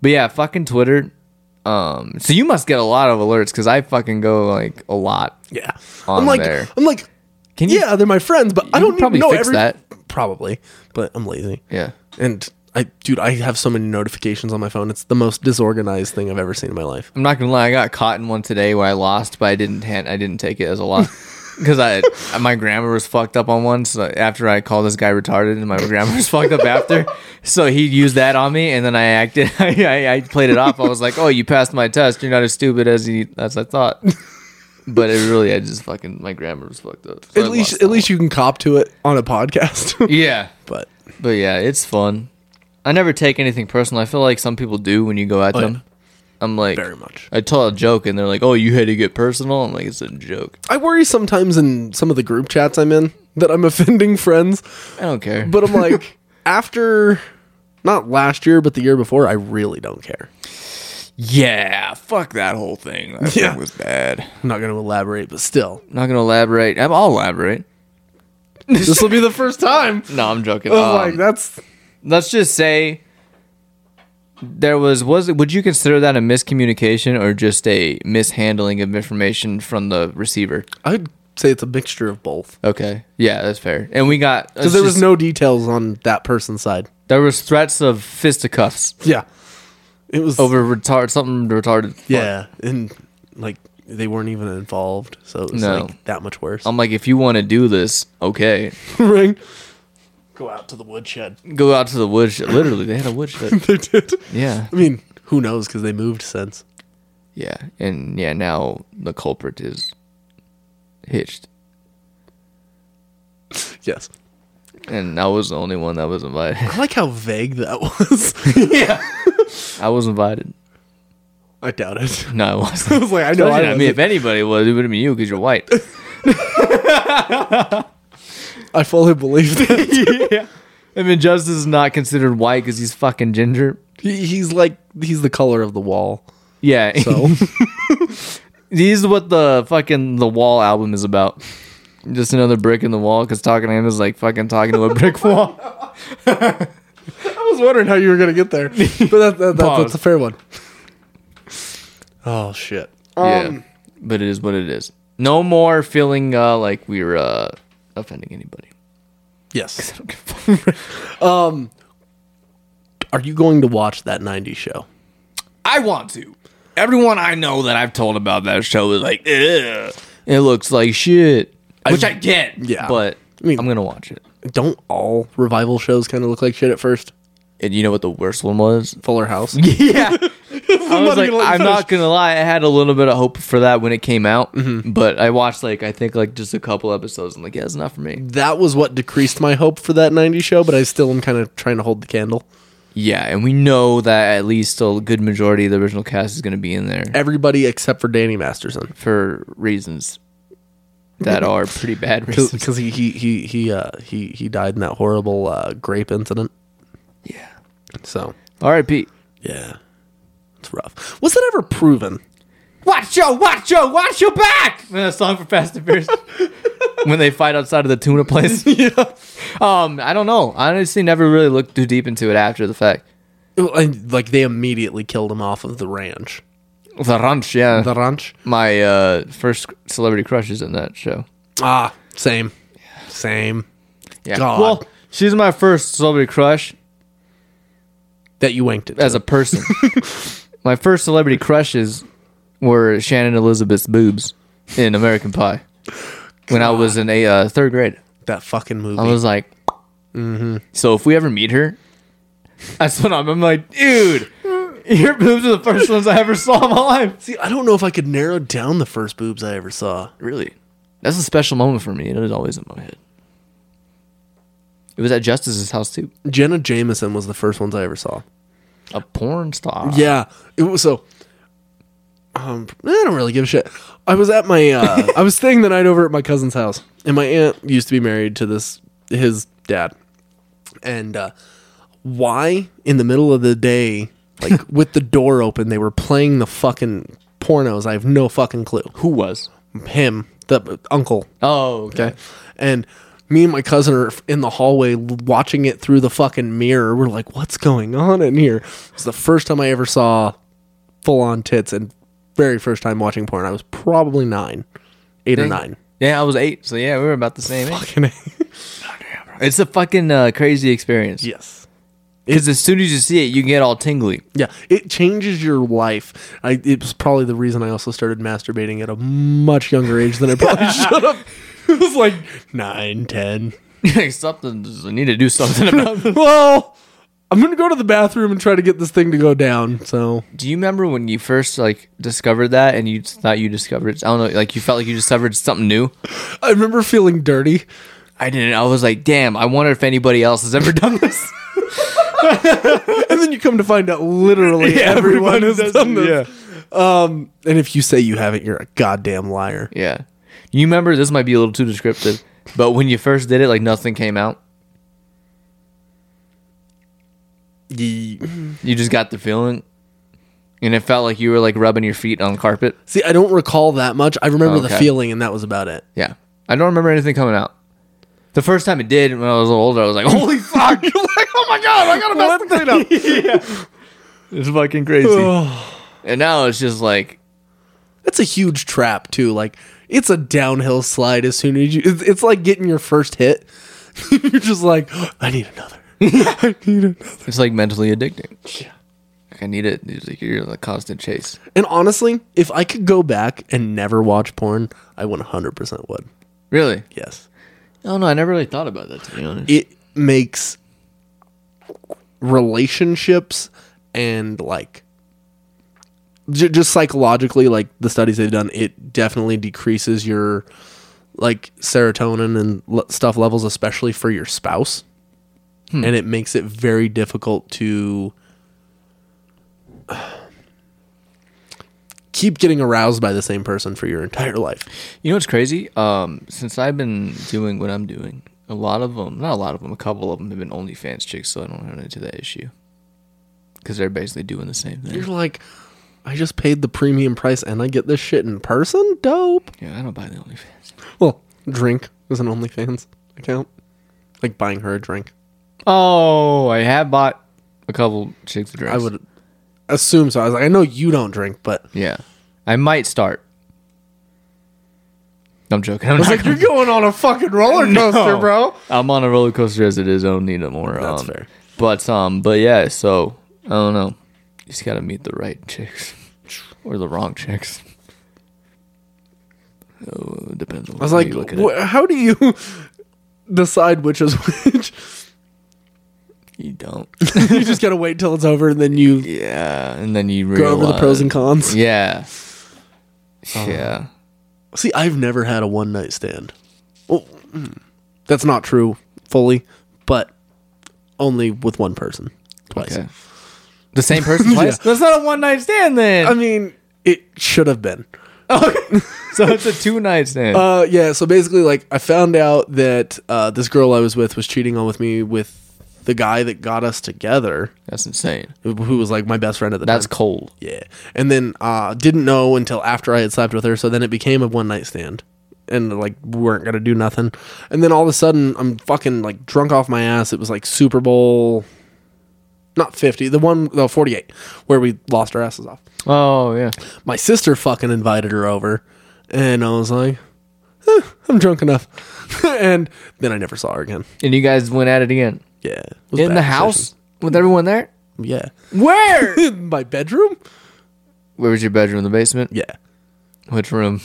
but yeah, fucking Twitter. Um, so you must get a lot of alerts because I fucking go like a lot. Yeah. On I'm like there. I'm like Can you? yeah, they're my friends, but I you don't need- probably know fix every- that. Probably. But I'm lazy. Yeah. And I dude, I have so many notifications on my phone. It's the most disorganized thing I've ever seen in my life. I'm not gonna lie, I got caught in one today where I lost, but I didn't hand, I didn't take it as a loss (laughs) because I my grammar was fucked up on one. So after I called this guy retarded, and my grammar was fucked up (laughs) after, so he used that on me, and then I acted, (laughs) I, I, I played it off. I was like, "Oh, you passed my test. You're not as stupid as you as I (laughs) thought." But it really, I just fucking my grammar was fucked up. So I at least lost at that least you can cop to it on a podcast. (laughs) one. yeah, but but yeah, it's fun. I never take anything personal. I feel like some people do when you go at them. yeah. I'm like very much. I tell a joke and they're like, "Oh, you had to get personal." I'm like, "It's a joke. I worry sometimes in some of the group chats I'm in that I'm (laughs) offending friends. I don't care." But I'm (laughs) like, after not last year, but the year before, I really don't care. yeah, fuck that whole thing. That Yeah. was bad. I'm not going to elaborate, but still, I'm not gonna elaborate. I'm, I'll elaborate. this will be the first time. (laughs) No, I'm joking. I'm Um, like, that's let's just say there was was would you consider that a miscommunication or just a mishandling of information from the receiver? I'd say it's a mixture of both Okay, yeah, that's fair. And we got because there was no details on that person's side. there was threats of fisticuffs Yeah, it was over retard something retarded. Yeah, and like they weren't even involved, so it was No. like that much worse. I'm like, if you want to do this, okay, (laughs) right. Go out to the woodshed. (laughs) go out to the woodshed. Literally, they had a woodshed. they did. Yeah, I mean, who knows? Because they moved since. yeah, and yeah. Now the culprit is hitched, Yes. and I was the only one that was invited. (laughs) I like how vague that (laughs) was. I was invited. I doubt it. (laughs) No, I I wasn't. was like, I know. No, I, I, mean, mean, if anybody was, it would have been you because you're (laughs) white. I fully believe that. (laughs) yeah. I mean, Justice is not considered white because he's fucking ginger. (laughs) he, he's like, he's the color of the wall. Yeah. (laughs) (laughs) So These is what the fucking the wall album is about. Just another brick in the wall because talking to him is like fucking talking to a (laughs) brick wall. I was wondering how you were gonna get there, but that, that, that, Pause. that's a fair one. Oh shit! yeah. But it is what it is. No more feeling uh, like we're uh, (laughs) offending anybody. Yes. um, Are you going to watch that 90s show? I want to. Everyone I know that I've told about that show is like, Ugh, it looks like shit, which I get. Yeah. but I mean- I'm gonna watch it. Don't all revival shows kind of look like shit at first? And you know what the worst one was? Fuller House. (laughs) Yeah, (laughs) I was like, not even gonna let you I'm not gonna lie. I had a little bit of hope for that when it came out, but I watched like I think like just a couple episodes. I'm like, yeah, it's not for me. That was what decreased my hope for that 90s show, but I still am kind of trying to hold the candle. Yeah, and we know that at least a good majority of the original cast is gonna be in there Everybody except for Danny Masterson. for reasons that are pretty (laughs) bad reasons. Because he he he he, uh, he he died in that horrible uh, grape incident. Yeah. So All right, Pete. yeah, it's rough. Was that ever proven? Watch yo, watch yo, watch your back. Man, that song for Fast and (laughs) Furious. when they fight outside of the tuna place. (laughs) yeah. (laughs) Um, I don't know. I honestly never really looked too deep into it after the fact. Well, I- Like they immediately killed him off of the ranch. The ranch, yeah. The ranch. My uh, first celebrity crush is in that show. Ah, same, same. Yeah. God. Well, she's my first celebrity crush That you winked at. as a (laughs) person. my first celebrity crushes were Shannon Elizabeth's boobs in American Pie when I was in a uh, third grade. that fucking movie. I was like, so if we ever meet her, that's when I'm, I'm like, dude, your boobs are the first ones I ever saw in my life. See, I don't know if I could narrow down the first boobs I ever saw. Really? That's a special moment for me. It is always in my head. It was at Justice's house too. Jenna Jameson was the first ones I ever saw. A porn star. Yeah, it was so. Um, I don't really give a shit. I was at (laughs) my, uh, I was staying the night over at my cousin's house, and my aunt used to be married to this his dad, and uh, why in the middle of the day, (laughs) like with the door open, they were playing the fucking pornos. I have no fucking clue. Who was? Him, the uncle, Oh, okay. and me and my cousin are in the hallway l- watching it through the fucking mirror. We're like, what's going on in here? It's the first time I ever saw full on tits and very first time watching porn. I was probably nine, eight or nine. (laughs) Yeah, I was eight, so yeah, we were about the same age. Fucking It's a fucking uh, crazy experience. yes. Because as soon as you see it, you get all tingly. (laughs) Yeah, it changes your life. I, it was probably the reason I also started masturbating at a much younger age than I (laughs) probably should have. It was like nine, ten. (laughs) something, I need to do something about this. Well, I'm gonna go to the bathroom and try to get this thing to go down. So (laughs) Do you remember when you first like discovered that and you thought you discovered? I don't know, like you felt like you discovered something new. I remember feeling dirty. I didn't. I was like, damn. I wonder if anybody else has ever (laughs) done this. and then you come to find (laughs) out literally everyone has done this. Yeah. Um, and if you say you haven't, you're a goddamn liar. Yeah. You remember? This might be a little too descriptive, but when you first did it, like nothing came out. Mm-hmm. You just got the feeling, and it felt like you were like rubbing your feet on carpet. See, I don't recall that much. I remember the Okay. feeling, and that was about it. Yeah. I don't remember anything coming out. The first time it did, when I was a little older, I was like, (laughs) holy fuck. like, oh my God, I got a mess to clean up. (laughs) It's fucking crazy. and now it's just like, That's a huge trap too. Like it's a downhill slide as soon as you. It's, it's like getting your first hit. (laughs) you're just like, I need another. I need another. it's like mentally addicting. Like, I need it. It's like you're in a constant chase. And honestly, if I could go back and never watch porn, I 100% would. Really? Yes. Oh no, I never really thought about that, to be honest. it makes relationships and like j- just psychologically like the studies they've done it definitely decreases your like serotonin and l- stuff levels especially for your spouse and it makes it very difficult to (sighs) keep getting aroused by the same person for your entire life You know what's crazy? Um, since I've been doing what I'm doing, a lot of them, not a lot of them, a couple of them have been OnlyFans chicks, so I don't run into that issue. Because they're basically doing the same thing. You're like, I just paid the premium price and I get this shit in person? Dope. Yeah, I don't buy the OnlyFans. Well, drink is an OnlyFans account. Like buying her a drink. Oh, I have bought a couple chicks drinks. I would assume so. I was like, I know you don't drink, but Yeah, I might start. I'm joking. I'm (laughs) I was not (laughs) like, you're gonna, going on a fucking roller coaster, No. bro. I'm on a roller coaster as it is. I don't need no more. That's um, fair. But um, but yeah, so I don't know. You just gotta meet the right chicks or the wrong chicks. Oh, it depends. On I was like, you look at "Wh- how do you (laughs) decide which is (laughs) which? it. You don't. you just gotta wait till it's over and then you Yeah, and then you go realize. over the pros and cons. Yeah. Uh-huh. Yeah. See, I've never had a one night stand. Well, mm, that's not true fully, but only with one person twice. Okay. The same (laughs) person twice. That's not a one night stand then. (laughs) I mean, it should have been. so it's a two night stand. Uh, yeah. So basically, like, I found out that uh, this girl I was with was cheating on with me with the guy that got us together, That's insane. who was like my best friend at the That's time. cold. Yeah. And then uh didn't know until after I had slept with her, so then it became a one night stand. And like we weren't gonna do nothing. And then all of a sudden I'm fucking like drunk off my ass. It was like Super Bowl not fifty, the one the forty eight, where we lost our asses off. Oh yeah. My sister fucking invited her over and I was like, eh, I'm drunk enough. (laughs) and then I never saw her again. And you guys went at it again Yeah. It was in bad the house decision. with everyone there. Yeah. Where? (laughs) my bedroom? (laughs) Where was your bedroom? The basement. Yeah. Which room?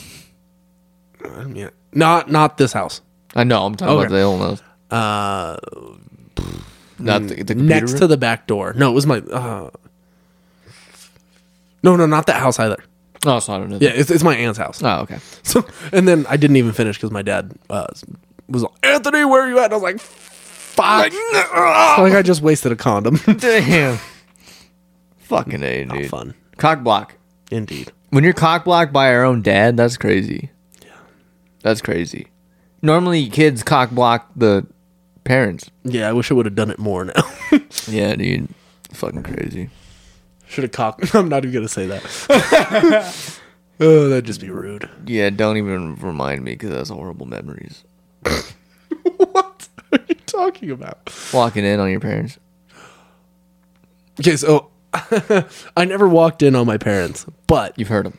I mean, not not this house. I know. I'm talking Okay. about the old house. Uh, not the, the computer next room? to the back door. No, it was my. Uh, no, no, not that house either. Oh, so I don't know. Yeah, it's, it's my aunt's house. Oh, okay. So, (laughs) and then I didn't even finish because my dad uh, was like, Anthony, where are you at? And I was like, fuck. like, I just wasted a condom. (laughs) Damn. Fucking a dude. fun. Cock block. Indeed. When you're cock blocked by our own dad, that's crazy. That's crazy. Normally, kids cock block the parents. Yeah, I wish I would have done it more now. (laughs) Yeah, dude. Fucking crazy. Should have cocked. (laughs) I'm not even going to say that. (laughs) oh, that'd just be rude. Yeah, don't even remind me because that's horrible memories. (laughs) What are you talking about? Walking in on your parents. Okay, so (laughs) I never walked in on my parents, but You've heard them.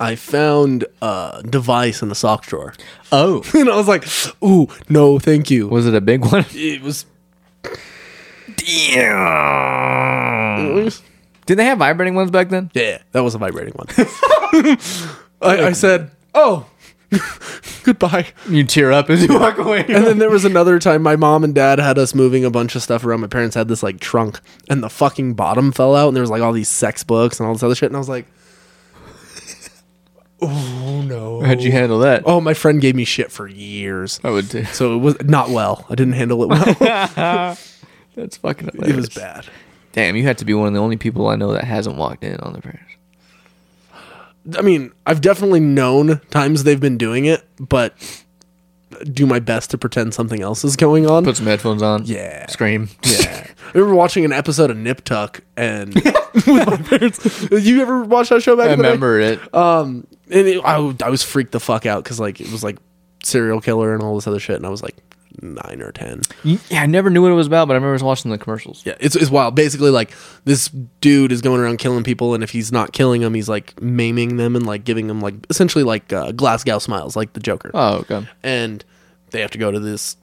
I found a device in the sock drawer. (laughs) Oh. And I was like, ooh, no, thank you. Was it a big one? It was. (laughs) Damn. Mm. Did they have vibrating ones back then? Yeah, that was a vibrating (laughs) one. I, I said, oh, (laughs) goodbye. You tear up as you walk away. And then there was another time my mom and dad had us moving a bunch of stuff around. My parents had this like trunk, and the fucking bottom fell out, and there was like all these sex books and all this other shit. And I was like, oh no. How'd you handle that? Oh, my friend gave me shit for years. I would too. So it was not well. I didn't handle it well. That's fucking it hilarious. was bad. Damn, you had to be one of the only people I know that hasn't walked in on their parents. I mean, I've definitely known times they've been doing it, but do my best to pretend something else is going on. Put some headphones on. Yeah. Scream. (laughs) yeah. (laughs) I remember watching an episode of Nip Tuck and (laughs) with my parents. (laughs) You ever watch that show back I in the day? remember it. Um, and it, I, w- I was freaked the fuck out because like it was like serial killer and all this other shit, and I was like nine or ten. yeah, I never knew what it was about, but I remember I was watching the commercials. Yeah, it's it's wild. Basically, like this dude is going around killing people, and if he's not killing them, he's like maiming them and like giving them like essentially like uh, Glasgow smiles, like the Joker. Oh, okay. and they have to go to this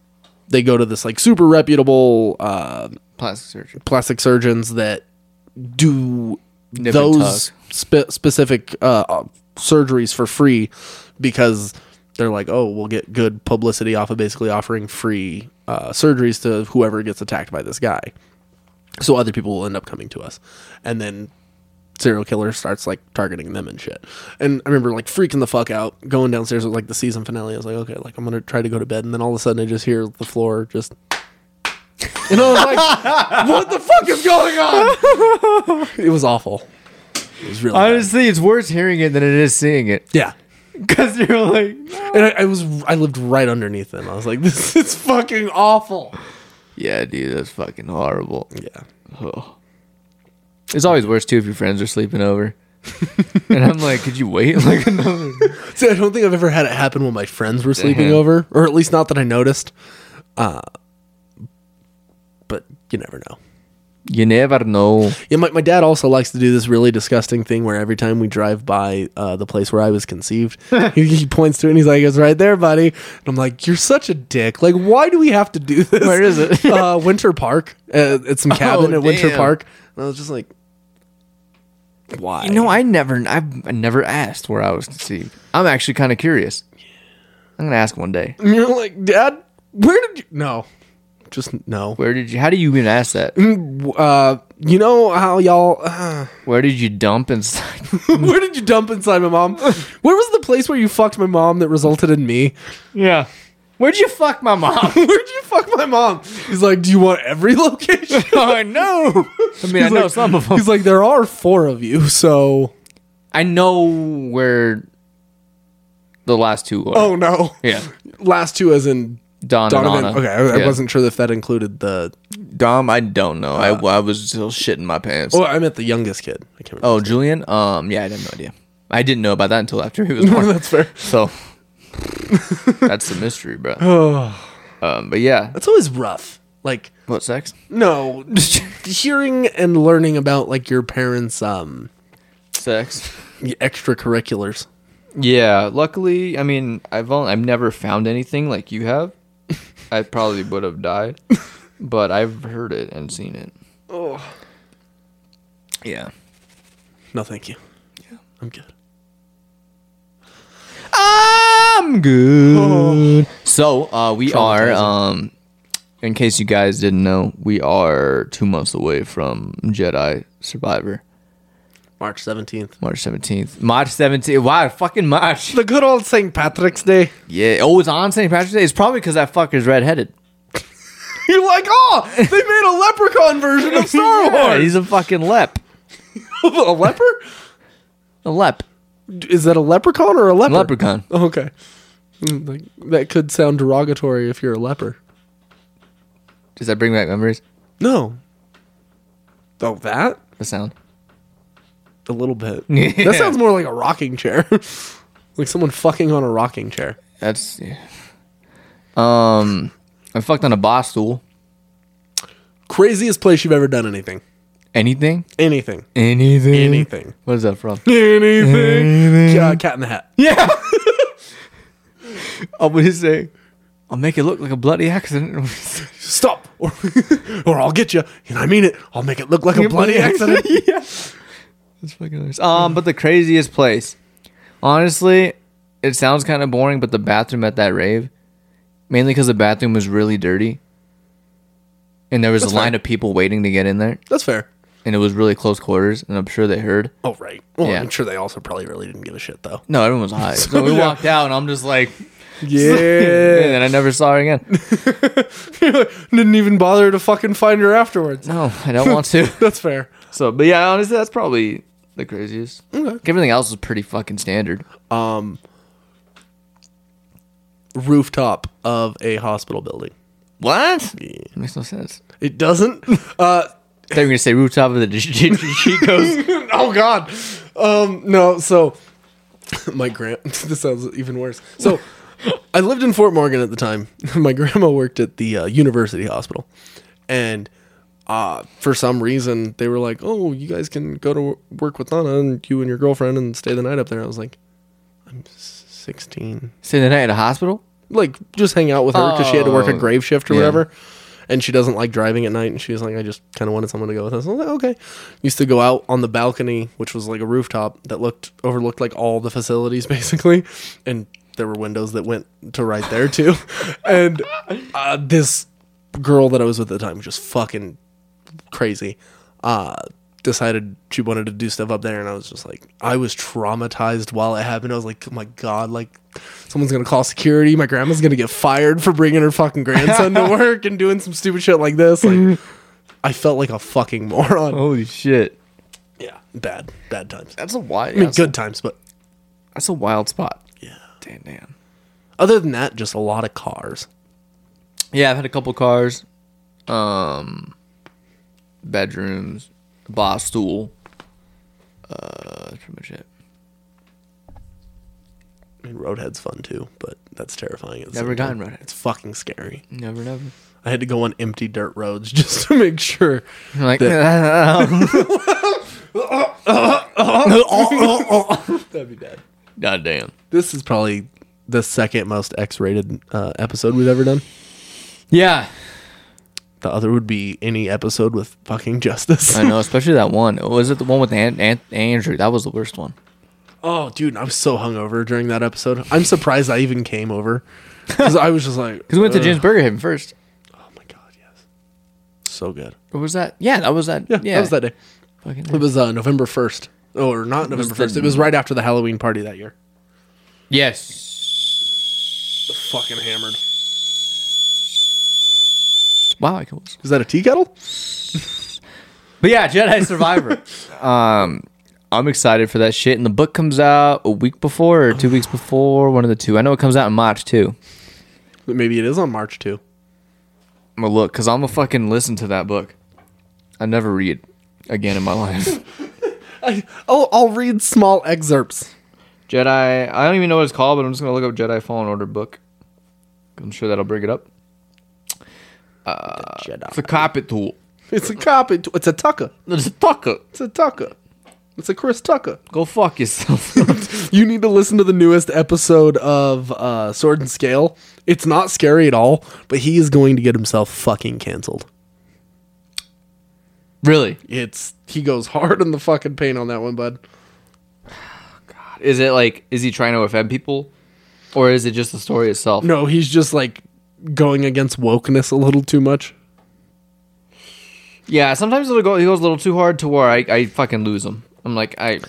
they go to this like super reputable uh, Plastic surgery. plastic surgeons that do and those spe- specific uh, uh, surgeries for free because they're like oh we'll get good publicity off of basically offering free uh, surgeries to whoever gets attacked by this guy so other people will end up coming to us and then serial killer starts like targeting them and shit and i remember like freaking the fuck out going downstairs with like the season finale i was like okay like i'm gonna try to go to bed and then all of a sudden i just hear the floor just and i was like what the fuck is going on (laughs) it was awful it was really bad. Honestly, it's worse hearing it than it is seeing it. yeah Because you're like, and I, I was i lived right underneath them i was like (laughs) this is fucking awful yeah, dude, that's fucking horrible. yeah Oh. It's always worse too if your friends are sleeping over. (laughs) and I'm like, could you wait? (laughs) Like another? See, I don't think I've ever had it happen when my friends were sleeping Mhm. over, or at least not that I noticed. Uh, but you never know. You never know. Yeah, my, my dad also likes to do this really disgusting thing where every time we drive by uh, the place where I (laughs) was conceived, he, he points to it and he's like, "It's right there, buddy." And I'm like, "You're such a dick! Like, why do we have to do this?" Where is it? (laughs) Oh, uh, Winter Park. Uh, (laughs) it's some cabin at Winter damn. Park. And I was just like, "Why?" You know, I never, I've I never asked where I was conceived. I'm actually kind of curious. I'm gonna ask one day. and (laughs) you're like, "Dad, where did you?" No, just no. Where did you? How do you even ask that? Uh, you know how y'all? (laughs) Uh, Where did you dump and? s- (laughs) where did you dump inside my mom? Where was the place where you fucked my mom that resulted in me? Yeah. Where'd you fuck my mom? (laughs) Where'd you fuck my mom? He's like, Do you want every (laughs) location? I know. I mean, I (laughs) He's know like- some of them. He's like, There are four of you, (laughs) so. I know where the last two are. Oh no. yeah, Last two, as in Don Donovan. and Anna. Okay, I, I Yeah. wasn't sure if that included the. Dom. I don't know. I, I was still shitting my pants. Oh, I meant the youngest kid. I can't (laughs) remember. oh, Julian. Um, yeah, I didn't have no idea. I didn't know about that until after he was (laughs) born. That's fair. So that's the mystery, bro. um, but yeah, That's always rough. Like, what sex? no. (laughs) hearing and learning about, like, your parents' um Sex. extracurriculars. Yeah. Luckily, I mean, I've only, I've never found anything like you have. I probably would have died, but I've heard it and seen it. Oh. Yeah. No, thank you. Yeah. I'm good. I'm good. (laughs) So uh, we are, um, in case you guys didn't know, we are two months away from Jedi Survivor, March 17th. March seventeenth. March seventeenth. Wow, fucking March. (laughs) The good old St. Patrick's Day. Yeah. Oh, it's on St. Patrick's Day. It's probably because that fucker's redheaded. You're like, oh, they made a leprechaun version of (laughs) Star Yeah, Wars. he's a fucking lep. (laughs) a leper? A lep. Is that a leprechaun or a leper? Leprechaun. Oh, (laughs) okay. Mm, like, that could sound derogatory if you're a leper. Does that bring back memories? No. Oh, that? The sound. A little bit. (laughs) Yeah. That sounds more like a rocking chair. (laughs) like someone fucking on a rocking chair. That's. Yeah. Um, I fucked on a bar stool. Craziest place you've ever done anything. Anything? Anything. Anything? Anything. What is that from? Anything. Yeah, cat in the hat. (laughs) Yeah. I would say, I'll make it look like a bloody accident. (laughs) Stop. (laughs) Or, or I'll get you. And I mean it. I'll make it look like a (laughs) bloody accident. yeah. That's fucking hilarious. Um, but the craziest place. Honestly, it sounds kind of boring, but the bathroom at that rave, mainly because the bathroom was really dirty. And there was That's a line fair. of people waiting to get in there, That's fair. and it was really close quarters, and I'm sure they heard. Oh, right. Well, Yeah. I'm sure they also probably really didn't give a shit, though. No, everyone was high. so (laughs) we yeah. walked out, and I'm just like, and Yeah. then I never saw her again. (laughs) didn't even bother to fucking find her afterwards. (laughs) No, I don't want to. That's fair. So, but yeah, honestly, that's probably the craziest. Everything else is pretty fucking standard. Um, Rooftop of a hospital building. What? Makes no sense. It doesn't. (laughs) Uh, They were gonna say rooftop of the (laughs) Chico's. oh God. Um, no. So (laughs) my grand. (laughs) This sounds even worse. So I lived in Fort Morgan at the time. (laughs) My grandma worked at the uh, university hospital, and uh, for some reason they were like, "Oh, you guys can go to wor- work with Nana and you and your girlfriend and stay the night up there." I was like, "I'm 16." Stay the night at a hospital. like just hang out with her because she had to work a Oh, grave shift or yeah. whatever. And she doesn't like driving at night, and she was like, "I just kind of wanted someone to go with us." I was like, "Okay." Used to go out on the balcony, which was like a rooftop that looked overlooked like all the facilities (laughs) basically, and there were windows that went to right there too. (laughs) and uh, this girl that I was with at the time was just fucking crazy. Uh, decided she wanted to do stuff up there, and I was just like, I was traumatized while it happened. I was like, oh my god, like someone's gonna call security. My grandma's gonna get fired for bringing her fucking grandson (laughs) to work and doing some stupid shit like this. Like, I felt like a fucking moron. Holy shit! Yeah, bad, bad times. That's a wild. I mean, that's, good times, but A, that's a wild spot. yeah. Damn, damn. Other than that, just a lot of cars. Yeah, I've had a couple cars, um, bedrooms, bar stool. Uh, that's pretty much it. I mean, Roadhead's fun too, but that's terrifying. at the Never same time. gotten Roadhead. oh, It's fucking scary. Never, never. I I had to go on empty dirt roads (laughs) just to make sure. I'm like, (laughs) That'd be bad. God damn. This is probably the second most X-rated uh, episode we've ever done. Yeah. The other would be any episode with fucking justice. I know, especially that one. Was it the one with An- An- Andrew? That was the worst one. (laughs) Oh, dude, I was so hungover during that episode. I'm surprised I even came over because I was just like, Because we went to "Ugh." Jim's Burger Haven first. Oh my god, yes, so good. Or was that? Yeah, that was that. Yeah, that was that day. Fucking, It was uh, November first, oh, or was not November the- first. It was right after the Halloween party that year. yes. Fucking hammered. Wow, I can. Is that a tea kettle? But yeah, Jedi Survivor. (laughs) um, I'm excited for that shit. And the book comes out a week before or two weeks before, one of the two. I know it comes out in March too. Maybe it is on March too. I'm gonna look because I'm gonna fucking listen to that book. I never read again in my (laughs) life. I, I'll, I'll read small excerpts. Jedi. I don't even know what it's called, but I'm just gonna look up Jedi Fallen Order book. I'm sure that'll bring it up. Jedi. It's a carpet tool. It's a cop. It, it's a Tucker. It's a tucker. It's a Tucker. It's a Chris Tucker. Go fuck yourself. (laughs) you need to listen to the newest episode of uh, Sword and Scale. It's not scary at all, but he is going to get himself fucking canceled. really? It's he goes hard in the fucking paint on that one, bud. Is it like? Is he trying to offend people, or is it just the story itself? No, he's just like going against wokeness a little too much. Yeah, sometimes it'll go. He goes a little too hard to where I, I fucking lose him. I'm like, I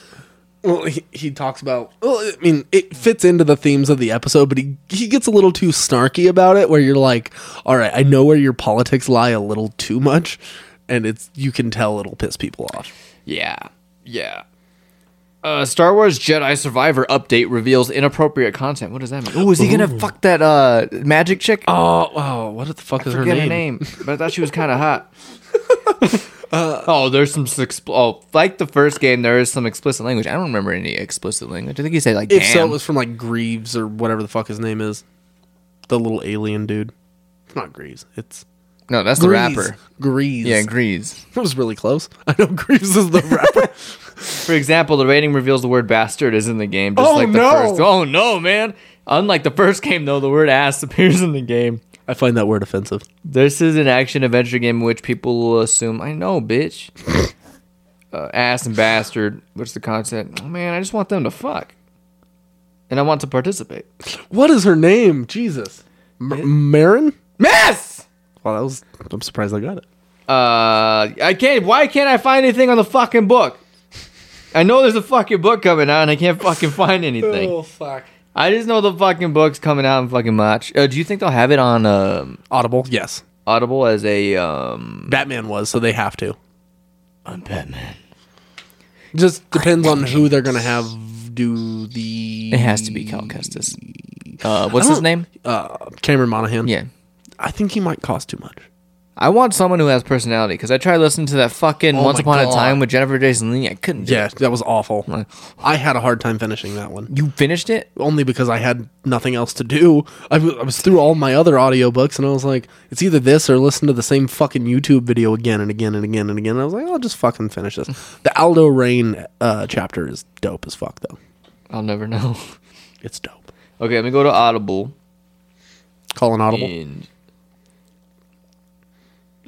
Well, he, he talks about. Well, I mean, it fits into the themes of the episode, but he he gets a little too snarky about it. Where you're like, "All right, I know where your politics lie a little too much," and it's you can tell it'll piss people off. yeah yeah. Uh, Star Wars Jedi Survivor update reveals inappropriate content. What does that mean? Oh, is he gonna fuck that uh magic chick? Oh, Oh, wow! what the fuck is her forget her name? name, but I thought she was kind (laughs) of hot. Uh, oh, there's some sex- oh like the first game. There is some explicit language. I don't remember any explicit language. I think he said like If damn. so, it was from like Greaves or whatever the fuck his name is, the little alien dude. It's not Greaves. It's no, that's the Greaves. rapper. Greaves. (laughs) Yeah, Grease. it was really close. I know Greaves is (laughs) the rapper. For example, the rating reveals the word bastard is in the game, just Oh, like the no. first. Oh no, man! Unlike the first game, though, the word ass (laughs) appears in the game. I find that word offensive. This is an action adventure game in which people will assume, "I know, (laughs) bitch." uh, ass and bastard. What's the concept? Oh, man, I just want them to fuck, and I want to participate. What is her name? Jesus, M- Marin. Miss. Well, that was. I'm surprised I got it. Uh, I can't. Why can't I find anything on the fucking book? I know there's a fucking book coming out, and I can't fucking find anything. fuck. I just know the fucking book's coming out in fucking March. Uh, do you think they'll have it on um, Audible, yes. Audible as a um? Batman was, so they have to. I'm Batman. Just depends on who they're gonna have do the. It has to be Cal Kestis. Uh, what's his don't- name? uh, Cameron Monaghan. Yeah, I think he might cost too much. I want someone who has personality because I tried listening to that fucking Oh Once my Upon a God. Time with Jennifer Jason Lee. I couldn't. Do Yeah, it. that was awful. Like- I had a hard time finishing that one. you finished it. only because I had nothing else to do. I wa- I was through all my other audiobooks and I was like, it's either this or listen to the same fucking YouTube video again and again and again and again. And I was like, I'll just fucking finish this. The Aldo Rain uh, chapter is dope as fuck, though. I'll never know. It's dope. (laughs) okay, let me go to Audible Call Oh. an audible. and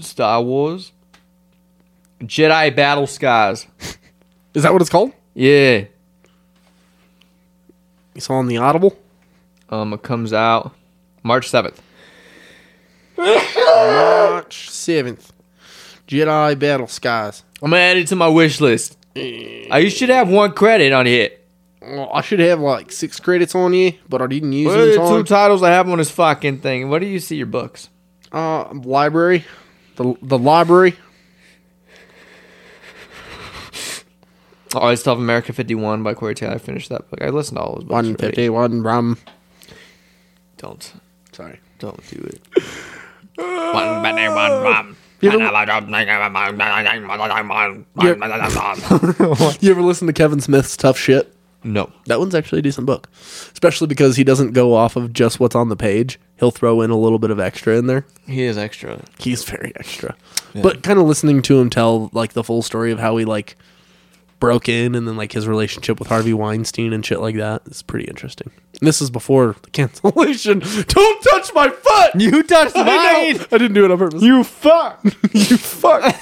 Star Wars Jedi Battle Skies. Is that what it's called? Yeah. It's on the audible. Um, it comes out March seventh. March 7th. Jedi Battle Skies. I'm gonna add it to my wish list. I you should have one credit on it. Oh, I should have like six credits on you, but I didn't use What are it. the two in time. titles I have on this fucking thing? Where do you see your books? uh, library. The, the library. Oh, I still have America 51 by Corey Taylor. I finished that book. I listened to all those books. already. 151 rum. Don't. Sorry. Don't do it. One penny, one rum. You ever- You ever listen to Kevin Smith's tough shit? No. That one's actually a decent book, especially because he doesn't go off of just what's on the page. He'll throw in a little bit of extra in there. He is extra. He's very extra, but kind of listening to him tell like the full story of how he like broke in and then like his relationship with Harvey Weinstein and shit like that is pretty interesting. And this is before the (laughs) cancellation. Don't touch my foot. You touched I, know. I didn't do it on purpose. You (laughs) fuck. you fuck.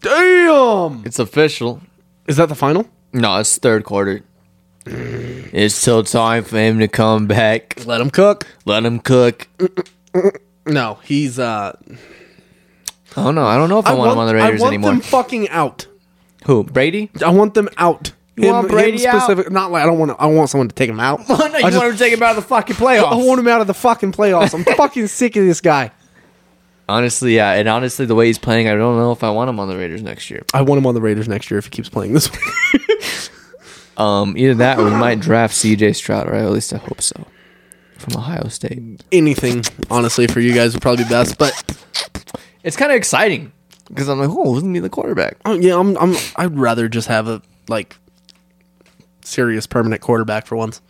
Damn. It's official. Is that the final? No, it's third quarter. It's still time for him to come back. Let him cook. Let him cook. No, he's uh Oh no, I don't know if I, want, him on the Raiders I want anymore. them fucking out. Who? Brady? I want them out. You want Brady out? Not like I don't want. To, I want someone to take (laughs) him out. Oh, no, you I, just- want him to take him out of the fucking playoffs. I want him out of the fucking playoffs. I'm fucking sick of this guy. honestly, yeah, and honestly, the way he's playing, I don't know if I want him on the Raiders next year. I want him on the Raiders next year if he keeps playing this way. Um, either that or we might draft C.J. Stroud, or at least I hope so, from Ohio State. (laughs) Anything, honestly, for you guys would probably be best. But It's kind of exciting because I'm like, oh, who's gonna be the quarterback? oh, yeah, I'm, I'm. I'd rather just have a like serious permanent quarterback for once.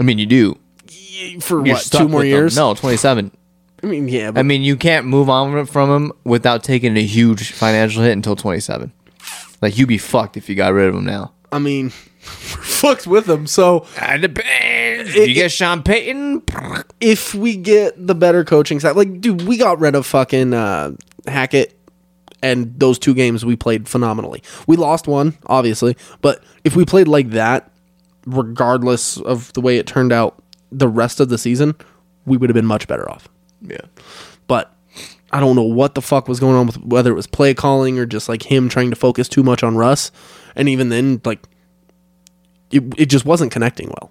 I mean, you do. For You're what? stuck Two more with him. years? No, 27. I mean, yeah. But I mean, you can't move on from him without taking a huge financial hit until 27. Like you'd be fucked if you got rid of him now. I mean, (laughs) we're fucked with him. So It depends. It- you get Sean Payton. if we get the better coaching staff, like dude, we got rid of fucking uh, Hackett, and those two games we played phenomenally. We lost one, obviously, but if we played like that, regardless of the way it turned out, the rest of the season, we would have been much better off. Yeah. But I don't know what the fuck was going on with whether it was play calling or just like him trying to focus too much on Russ, and even then, like it, it just wasn't connecting well.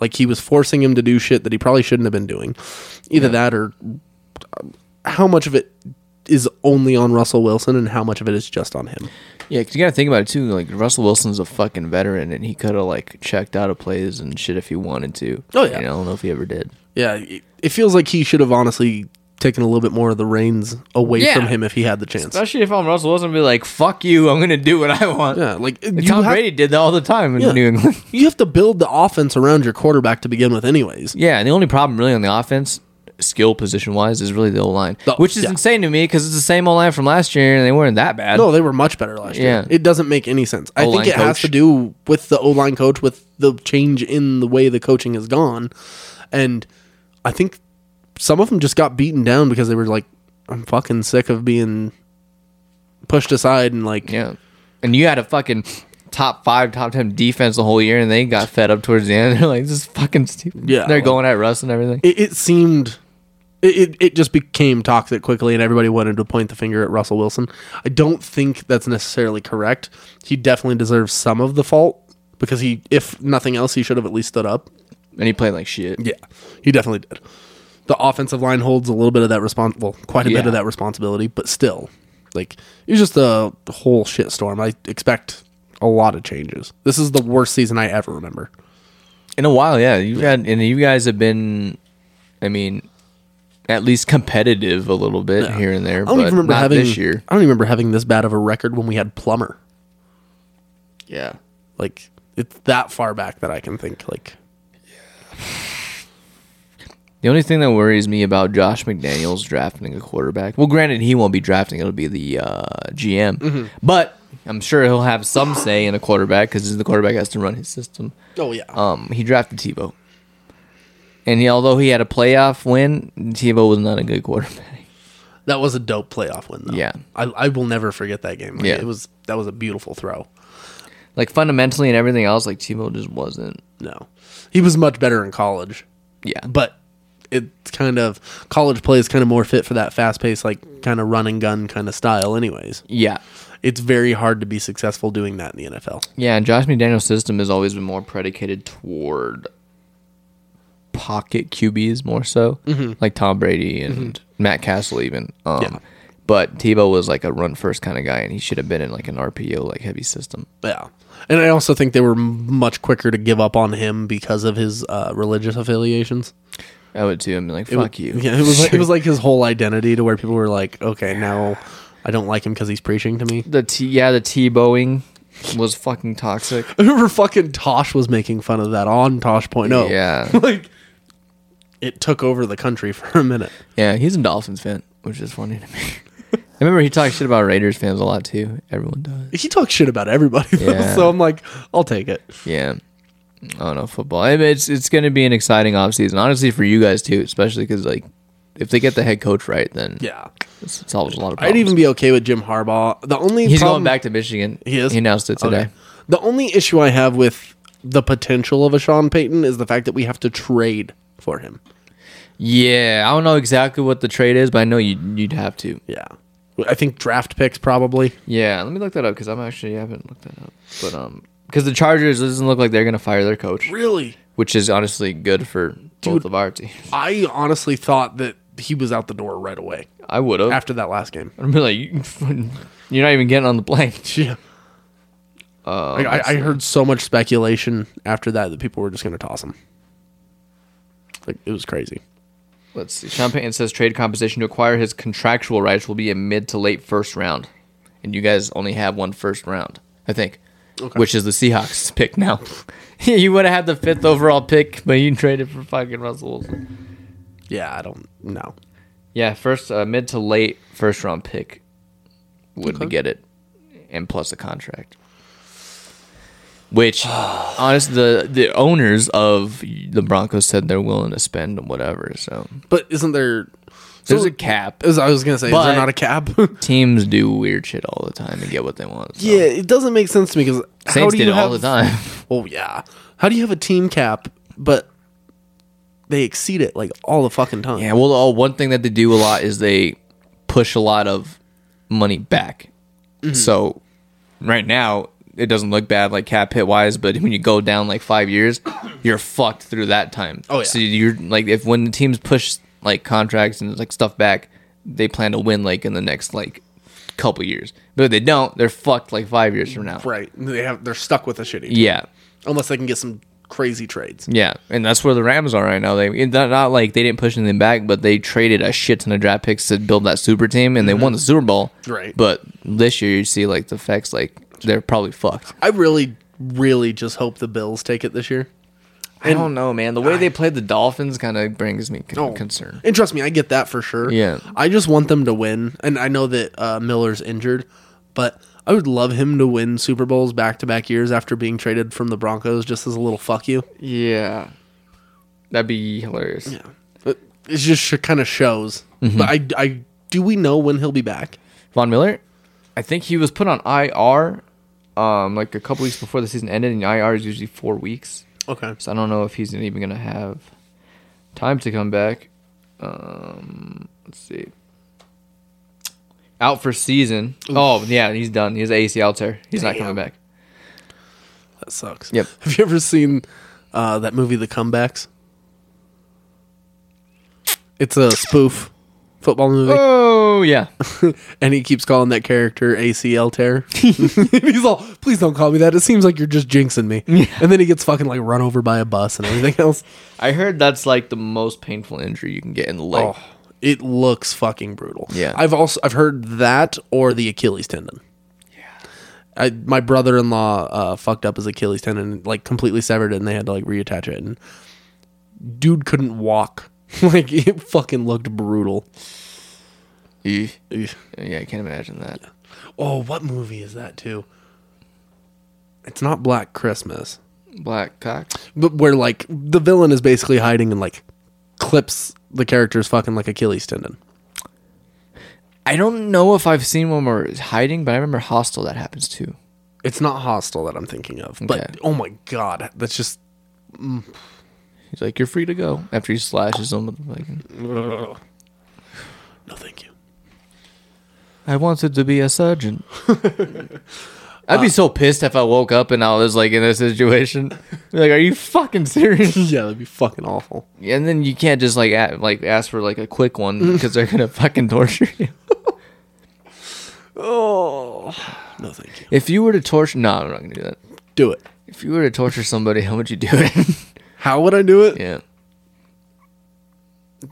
Like he was forcing him to do shit that he probably shouldn't have been doing. Either that or um, how much of it is only on Russell Wilson and how much of it is just on him. Yeah, because you got to think about it too. Like Russell Wilson's a fucking veteran, and he could have like checked out of plays and shit if he wanted to. Oh, yeah. And I don't know if he ever did. Yeah, it, it feels like he should have honestly taken a little bit more of the reins away Yeah. from him if he had the chance. Especially if I'm Russell Wilson, be like, "Fuck you, I'm gonna do what I want." yeah, like Like, you Tom have- Brady did that all the time in Yeah. New England. (laughs) you have to build the offense around your quarterback to begin with, anyways. yeah, and the only problem really on the offense, skill position wise, is really the O line, The- which is yeah. insane to me because it's the same O line from last year, and they weren't that bad. No, they were much better last Yeah. year. It doesn't make any sense. I O-line think it has coach. to do with the O line coach, with the change in the way the coaching has gone. And I think some of them just got beaten down because they were like, I'm fucking sick of being pushed aside and like, Yeah, and you had a fucking top five, top ten defense the whole year, and they got fed up towards the end. (laughs) They're like, "This is fucking stupid." Yeah, they're like- going at Russ and everything. it, it seemed. It, it, it just became toxic quickly, and everybody wanted to point the finger at Russell Wilson. I don't think that's necessarily correct. He definitely deserves some of the fault because he, if nothing else, he should have at least stood up. And he played like shit. Yeah, he definitely did. The offensive line holds a little bit of that respons well, quite a bit Yeah. of that responsibility, but still, like it was just a whole shit storm. I expect a lot of changes. This is the worst season I ever remember. In a while, yeah. You had and you guys have been, I mean, at least competitive a little bit here and there. I don't but even remember not having this year. I don't even remember having this bad of a record when we had Plummer. Yeah, Like it's that far back that I can think. Like The only thing that worries me about Josh McDaniels drafting a quarterback. Well, granted, he won't be drafting; it'll be the uh, GM. Mm-hmm. But I'm sure he'll have some say in a quarterback because the quarterback has to run his system. oh yeah, Um, he drafted Tebow, and he, although he had a playoff win, Tebow was not a good quarterback. (laughs) that was a dope playoff win. though. Yeah. I, I will never forget that game. Like, Yeah. it was that was a beautiful throw. Like fundamentally and everything else, like Tebow just wasn't. No, he was much better in college. Yeah, but it's kind of college play is kind of more fit for that fast paced like kind of run and gun kind of style anyways yeah, it's very hard to be successful doing that in the nfl yeah. And Josh McDaniels' system has always been more predicated toward pocket QBs more so, like Tom Brady and Matt Castle even. Um, Mm-hmm. Yeah. But Tebow was like a run first kind of guy, and he should have been in like an RPO like heavy system. yeah and i also think they were m- much quicker to give up on him because of his uh, religious affiliations I would too. I'm like, It wa- fuck you. yeah it (laughs) was like, it was like his whole identity (laughs) to where people were like okay now i don't like him because he's preaching to me the t yeah the T-bowing was fucking toxic. I remember fucking Tosh was making fun of that on Tosh.0. Yeah. (laughs) like it took over the country (laughs) for a minute. Yeah, he's a Dolphins fan, which is funny to me. (laughs) I remember he talked shit about Raiders fans a lot too. Everyone does. He talks shit about everybody, though, Yeah. so I'm like, I'll take it. Yeah. I don't know football. I mean, it's it's going to be an exciting offseason. honestly, for you guys too, especially because like if they get the head coach right, then Yeah, it solves a lot of problems. I'd even be okay with Jim Harbaugh. The only he's problem- going back to Michigan. He is. announced it today. Okay. The only issue I have with the potential of a Sean Payton is the fact that we have to trade for him. Yeah, I don't know exactly what the trade is, but I know you you'd have to. Yeah, I think draft picks probably. Yeah, let me look that up because I'm actually I haven't looked that up, but um, because the Chargers it doesn't look like they're going to fire their coach, Really, which is honestly good for both of our teams. I honestly thought that he was out the door right away I would have. after that last game. (laughs) I'd be like, (laughs) you, fucking- you're not even getting on the plane. (laughs) Yeah. Oh, Like, I, I heard so much speculation after that that people were just going to toss him. Like it was crazy. Let's see. Sean Payton says trade compensation to acquire his contractual rights will be a mid to late first round, and you guys only have one first round, I think, which is the Seahawks (laughs) pick now. you would have had the fifth overall pick, but you traded for fucking Russell Wilson. Yeah, I don't know. Yeah, first uh, mid to late first round pick would Okay. get it, and plus a contract. Which, (sighs) honest, the the owners of the Broncos said they're willing to spend whatever. So But isn't there? there's so- a cap. As I was going to say, is But- there not a cap? (laughs) Teams do weird shit all the time and get what they want. so. yeah, it doesn't make sense to me because how Saints do did you it have, all the time. (laughs) Oh yeah, how do you have a team cap but they exceed it like all the fucking time? Yeah, well, oh, one thing that they do a lot is they push a lot of money back. Mm-hmm. So right now, it doesn't look bad like cap hit wise, but when you go down like five (coughs) years, you're fucked through that time. Oh, yeah. So you're like, if when the teams push like contracts and like stuff back, they plan to win like in the next like couple years. But if they don't, they're fucked like five years from now. Right. They have they're stuck with a shitty Yeah. unless they can get some crazy trades. Yeah, and that's where the Rams are right now. They it's not, not like they didn't push anything back, but they traded a shit ton of draft picks to build that super team, and they won the Super Bowl. Right. But this year, you see like the effects, like they're probably fucked. I really, really just hope the Bills take it this year. I don't know, man. The way they played the Dolphins kind of brings me con- concern. And trust me, I get that for sure. Yeah. I just want them to win. And I know that uh, Miller's injured, but I would love him to win Super Bowls back to back years after being traded from the Broncos just as a little fuck you. Yeah, that'd be hilarious. Yeah. It, it just sh- kind of shows. But I, I, do we know when he'll be back? Von Miller, I think he was put on IR, um, like a couple weeks before the season ended, and IR is usually four weeks. Okay. So I don't know if he's even gonna have time to come back. Um, let's see. Out for season. Oh yeah, he's done. He has ACL tear. He's not coming Damn. back. That sucks. Yep. Have you ever seen uh, that movie, The Comebacks? It's a spoof football movie. Oh (laughs) yeah. And he keeps calling that character ACL tear. (laughs) he's all, please don't call me that. It seems like you're just jinxing me. And then he gets fucking like run over by a bus and everything (laughs) else. I heard that's like the most painful injury you can get in the leg. Oh, it looks fucking brutal. Yeah. I've also I've heard that or the Achilles tendon. Yeah. I, my brother-in-law uh, fucked up his Achilles tendon, like completely severed it, and they had to like reattach it. And dude couldn't walk. (laughs) like it fucking looked brutal. Eh. Ugh. Yeah, I can't imagine that. Oh, what movie is that too? It's not Black Christmas. Black cock. but where like the villain is basically hiding and like clips the character's fucking like Achilles tendon. I don't know if I've seen one where it's hiding, but I remember Hostel that happens too. It's not hostile that I'm thinking of, Okay. but oh my god, that's just He's like, "You're free to go." After he slashes him with like, no, thank you. I wanted to be a surgeon. (laughs) I'd be so pissed if I woke up and I was like in this situation. Be like, are you fucking serious? Yeah, that'd be fucking awful. And then you can't just like a like ask for like a quick one (laughs) because they're gonna fucking torture you. No, thank you. If you were to torture, no, I'm not gonna do that. Do it. If you were to torture somebody, how would you do it? (laughs) How would I do it? yeah,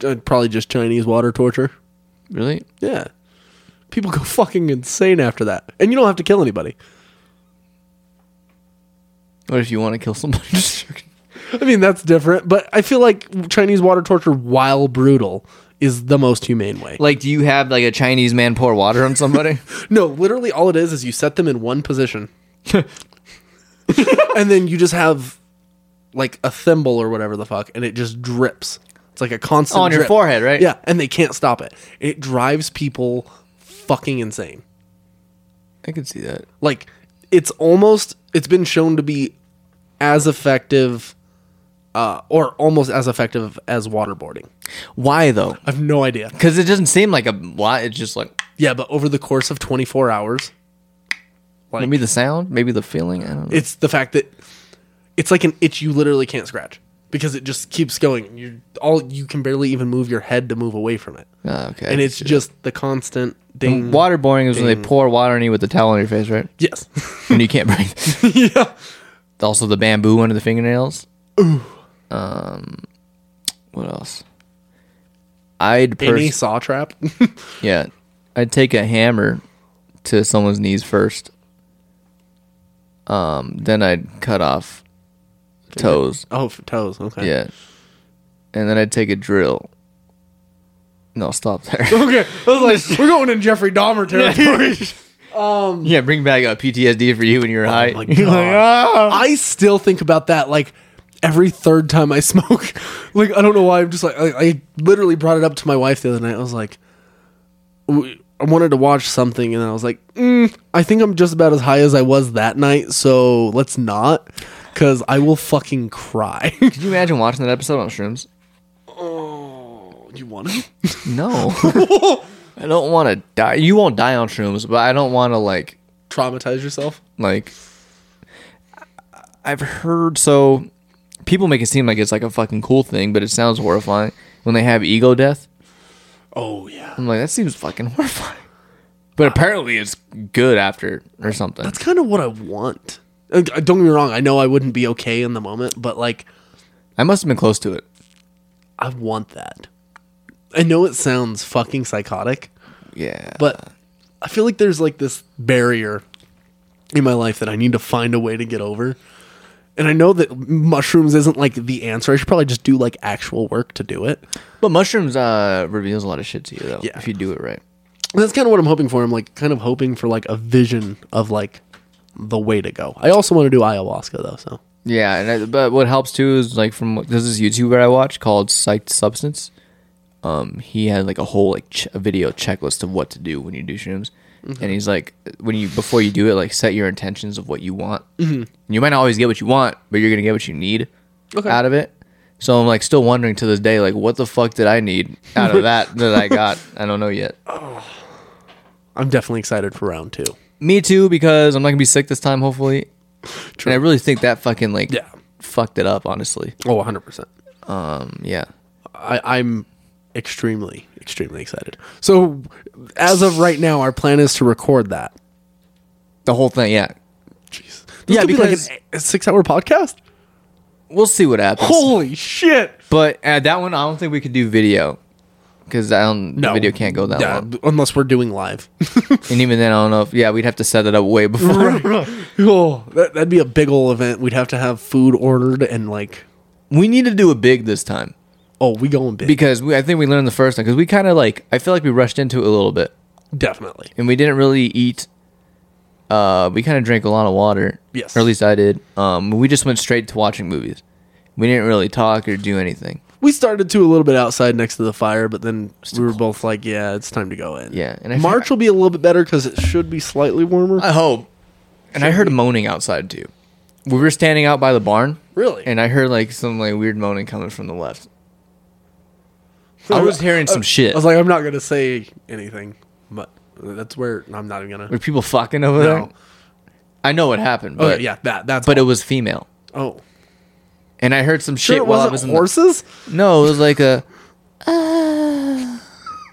Uh, probably just Chinese water torture. really? (laughs) Yeah, people go fucking insane after that, and you don't have to kill anybody. What if you want to kill somebody? (laughs) I mean, that's different, but I feel like Chinese water torture, while brutal, is the most humane way. like, do you have like a Chinese man pour water on somebody? No, literally all it is is you set them in one (laughs) position. and then you just have like a thimble or whatever the fuck and it just drips. It's like a constant On your drip. forehead, right? Yeah, and they can't stop it. It drives people fucking insane. (laughs) I could see that. Like it's almost it's been shown to be as effective uh, or almost as effective as waterboarding. Why though? I've no idea. Because it doesn't seem like a lot. It's just like Yeah, but over the course of 24 hours, maybe the sound, maybe the feeling. I don't know. It's the fact that it's like an itch you literally can't scratch because it just keeps going. You all you can barely even move your head to move away from it, Ah, okay. and it's just the constant ding. waterboarding is when Ding. they pour water on you with the towel on your face, right? Yes. (laughs) and you can't breathe. (laughs) yeah. also the bamboo under the fingernails. Ooh. Um, what else? I'd Any pers- saw trap. (laughs) yeah, I'd take a hammer to someone's knees first. Um, then I'd cut off toes. oh, for toes. Okay. Yeah, and then I'd take a drill. No, stop there. (laughs) Okay. I was like, we're going in Jeffrey Dahmer territory. yeah, bring back uh, a PTSD for you when (laughs) you're high. Oh my God. I still think about that like every third time I (laughs) smoke. like I don't know why I'm just like I, I literally brought it up to my wife the other night. I was like, w- I wanted to watch something, and I was like, mm, I think I'm just about as high as I was that night, so let's not, because I will fucking cry. (laughs) Could you imagine watching that episode on shrooms? Oh, you want to? No, (laughs) I don't want to die. You won't die on shrooms, but I don't want to like (laughs) traumatize yourself? like I've heard so people make it seem like it's like a fucking cool thing, but it sounds horrifying when they have ego death. Oh yeah. I'm like that seems fucking (laughs) horrifying. But apparently it's good after or something. Uh, That's kind of what I want. Uh, Don't get me wrong. I know I wouldn't be okay in the moment, but like I must have been close to it. I want that. I know it sounds fucking psychotic, Yeah. but I feel like there's like this barrier in my life that I need to find a way to get over. And I know that mushrooms isn't like the answer. I should probably just do like actual work to do it. but mushrooms uh reveals a lot of shit to you though Yeah. if you do it right. And that's kind of what I'm hoping for. I'm like kind of hoping for like a vision of like the way to go. I also want to do ayahuasca though, so Yeah, and I, but what helps too is like from there's this YouTuber I watch called Psyched Substance. Um, he had like a whole like ch- a video checklist of what to do when you do shrooms, and he's like, when you before you do it, like set your intentions of what you want. Mm-hmm. You might not always get what you want, but you're gonna get what you need out of it. So I'm like still wondering to this day, like what the fuck did I need out of that that I got? I don't know yet. I'm definitely excited for round two. Me too, because I'm not gonna be sick this time, hopefully. And I really think that fucking like Yeah. fucked it up, honestly. Oh, 100 percent. Um, yeah. I, I'm extremely, extremely excited. So, as of right now, our plan is to record that. The whole thing, yeah. Jeez. This Yeah, could be like because- an, a six-hour podcast. We'll see what happens. Holy shit! But uh, that one, I don't think we could do video because I don't. The video can't go that Yeah, long, unless we're doing live. and even then, I don't know if. Yeah, we'd have to set that up way before. (laughs) oh, that, that'd be a big ol' event. We'd have to have food ordered and like, We need to do a big this time oh, we going big? because we, I think we learned the first time because we kind of like. I feel like we rushed into it a little bit, Definitely. and we didn't really eat. Uh, we kind of drank a lot of water. Yes. or at least I did. Um, we just went straight to watching movies. We didn't really talk or do anything. We started to a little bit outside next to the fire, but then we were both like, yeah, it's time to go in. Yeah, and I- March will be a little bit better because it should be slightly warmer. I hope. And I heard moaning outside too. We were standing out by the barn. Really? And I heard like some like weird moaning coming from the left. I I was- was hearing some shit. uh, I was like, I'm not gonna say anything, but that's where I'm not even gonna. were people fucking over No. there? I know what happened, Oh but yeah, that that's. but it all. was female. oh, And I heard some sure shit it while I wasn't was in the- horses. No, it was like (laughs) a "Ah."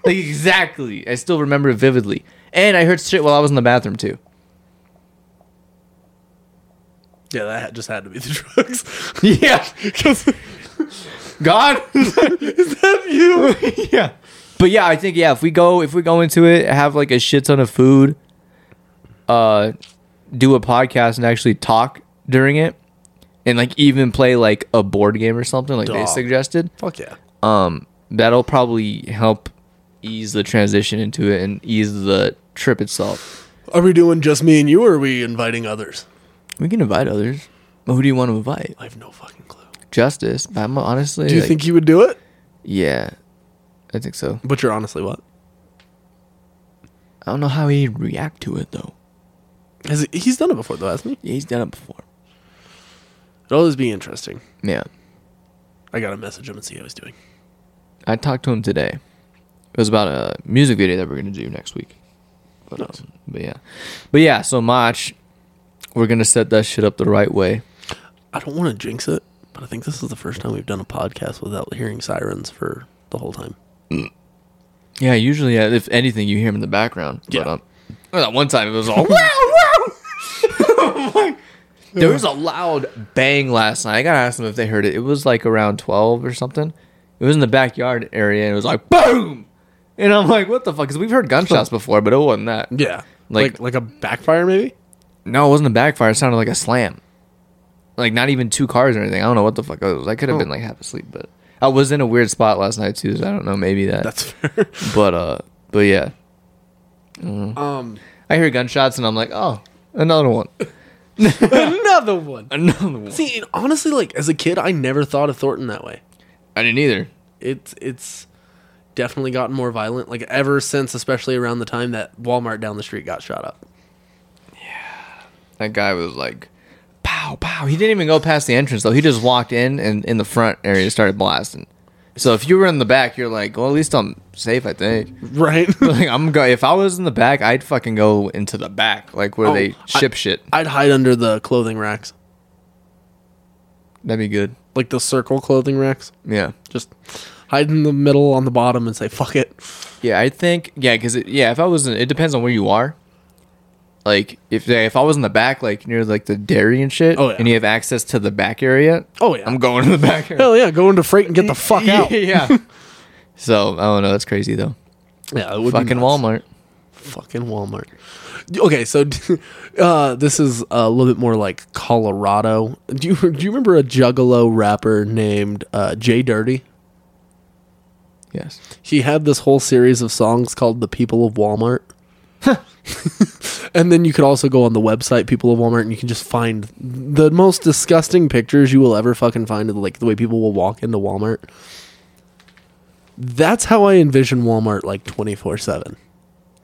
like exactly. I still remember it vividly. And I heard shit while I was in the bathroom too. Yeah, that had- just had to be (laughs) the drugs. (laughs) Yeah. God (laughs) Is that you? yeah. But yeah, I think yeah, if we go if we go into it, have like a shit ton of food, uh do a podcast and actually talk during it, and like even play like a board game or something like they Dog. suggested. Fuck yeah. Um, that'll probably help ease the transition into it and ease the trip itself. Are we doing just me and you, or are we inviting others? We can invite others. But who do you want to invite? I have no fucking clue. Justice. But I'm honestly. Do you like- think you would do it? Yeah, I think so. But you're honestly what? I don't know how he'd react to it though. Has he, he's done it before though, hasn't he? Yeah, he's done it before. It'll always be interesting. Yeah. I gotta message him and see how he's doing. I talked to him today. It was about a music video that we're gonna do next week. But, um, but yeah, but yeah. So Mach, we're gonna set that shit up the right way. I don't want to jinx it, but I think this is the first time we've done a podcast without hearing sirens for the whole time. Yeah, usually uh, if anything, you hear him in the background. But, Yeah. um, well, that one time it was (laughs) all. wow, wow. I'm like, (laughs) there was a loud bang last night. I gotta ask them if they heard it. It was like around twelve or something. It was in the backyard area, and it was like boom. And I'm like, what the fuck? Because we've heard (laughs) gunshots before, but it wasn't that. Yeah, Like- like like a backfire maybe. No, it wasn't a backfire. It sounded like a slam. Like not even two cars or anything. I don't know what the fuck it was. I Oh. could have been like half asleep, but I was in a weird spot last night too. So I don't know. Maybe that. That's (laughs) fair. but uh, but yeah, um, I hear gunshots and I'm like, oh, another one, (laughs) another one. another one. See, and honestly, like as a kid, I never thought of Thornton that way. I didn't either. It's it's definitely gotten more violent. Like ever since, especially around the time that Walmart down the street got shot up. That guy was like, pow, pow. He didn't even go past the entrance though. He just walked in and in the front area started blasting. So if you were in the back, you're like, well, at least I'm safe. I think. (laughs) Right. (laughs) like I'm go. If I was in the back, I'd fucking go into the back, like where Oh, they I- ship shit. I'd hide under the clothing racks, That'd be good. like the circle clothing racks. Yeah. Just hide in the middle on the bottom and say "fuck it." Yeah, I think yeah, because yeah, if I was in, it depends on where you are. Like if they, if I was in the back, like near like the dairy and shit, Oh, yeah. and you have access to the back area. Oh, yeah. I'm going to the back area. Hell yeah, go into freight and get the fuck (laughs) (laughs) out. yeah. (laughs) so I don't know. That's crazy though. Yeah, it would be Fucking nuts. Walmart. Fucking Walmart. Okay, so (laughs) uh, this is a little bit more like Colorado. Do you do you remember a Juggalo rapper named uh, Jay Dirty? Yes. He had this whole series of songs called "The People of Walmart." (laughs) and then you could also go on the website people of walmart and you can just find the most disgusting pictures you will ever fucking find of like the way people will walk into walmart that's how i envision walmart like 24-7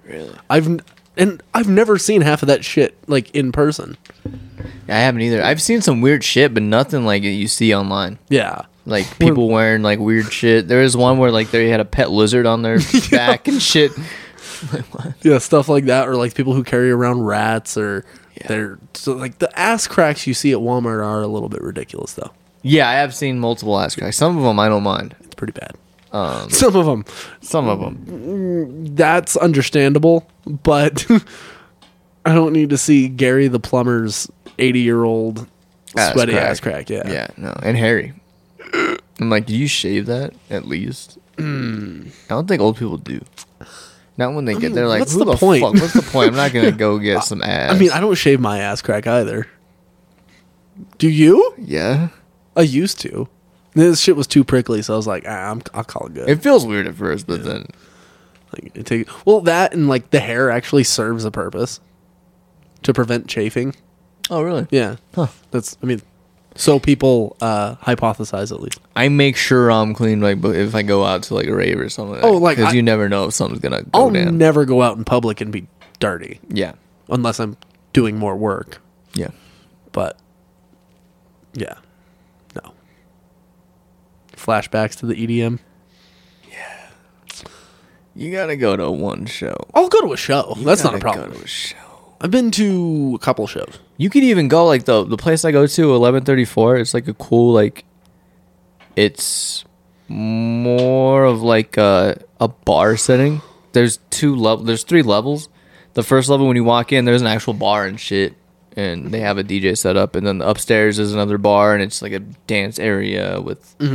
Really? I've n- and I've never seen half of that shit like in person. I haven't either. I've seen some weird shit, but nothing like it you see online. Yeah. (laughs) Like people wearing like weird shit. There was one where like they had a pet lizard on (laughs) their back and shit. Yeah, stuff like that or like people who carry around rats or they're so like the ass cracks you see at Walmart are a little bit ridiculous though. Yeah, I have seen multiple ass cracks. Some of them I don't mind. It's pretty bad. Um, (laughs) Some of them. Some of them. That's understandable, but (laughs) I don't need to see Gary the plumber's 80-year-old Ass sweaty crack. ass crack, yeah. Yeah, no. And hairy. I'm like, do you shave that at least? Mm. I don't think old people do. Not when they get there, like, what's who the the, point? fuck? What's the point? I'm not gonna (laughs) go get some ass. I mean, I don't shave my ass crack either. Do you? yeah, I used to. This shit was too prickly, so I was like, ah, I'm, I'll call it good. it feels weird at first, but then Like, it take, well, that and like the hair actually serves a purpose to prevent chafing. oh really? Yeah, that's. I mean, so people uh, hypothesize at least. I make sure I'm clean, like, but if I go out to like a rave or something, Oh, like, because I- Oh, you never know if something's gonna go I'll down. never go out in public and be dirty yeah, unless I'm doing more work. yeah. But yeah, no. Flashbacks to the E EDM. You gotta go to one show. I'll go to a show. that's not a Gotta go problem. to a show. I've been to a couple shows. You could even go like the the place I go to, eleven thirty four. It's like a cool like. It's more of like a a bar setting. There's two level. There's three levels. The first level when you walk in, there's an actual bar and shit, and they have a DJ set up. And then upstairs is another bar, and it's like a dance area with the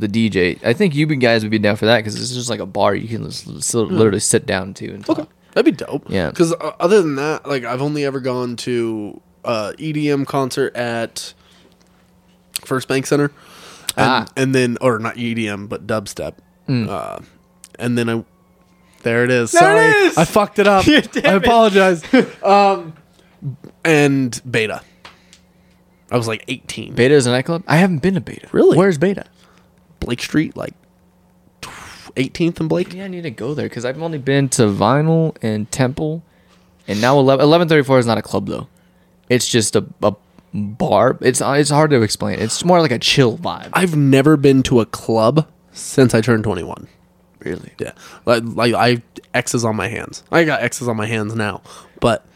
DJ. I think you guys would be down for that because it's just like a bar you can just, literally sit down to and talk. That'd be dope. Yeah. Because uh, other than E that, like I've only ever gone to uh, EDM concert at First Bank Center, and, Ah. Mm. and then or not EDM but dubstep, uh, and then I. There it is. There Sorry, it is! I fucked (laughs) it up. Yeah, damn I it. apologize. um, and Beta. I was like eighteen. Beta is a nightclub. I haven't been to Beta. Really? Where's Beta? Blake Street, like eighteenth and Blake. Yeah, I need to go there because I've only been to Vinyl and Temple, and now eleven eleven thirty four is not a club though. It's just a, a bar. It's uh, it's hard to explain. It's more like a chill vibe. I've never been to a club since I turned twenty one. really. Yeah, like, like I X's on my hands. I got X's on my hands now, but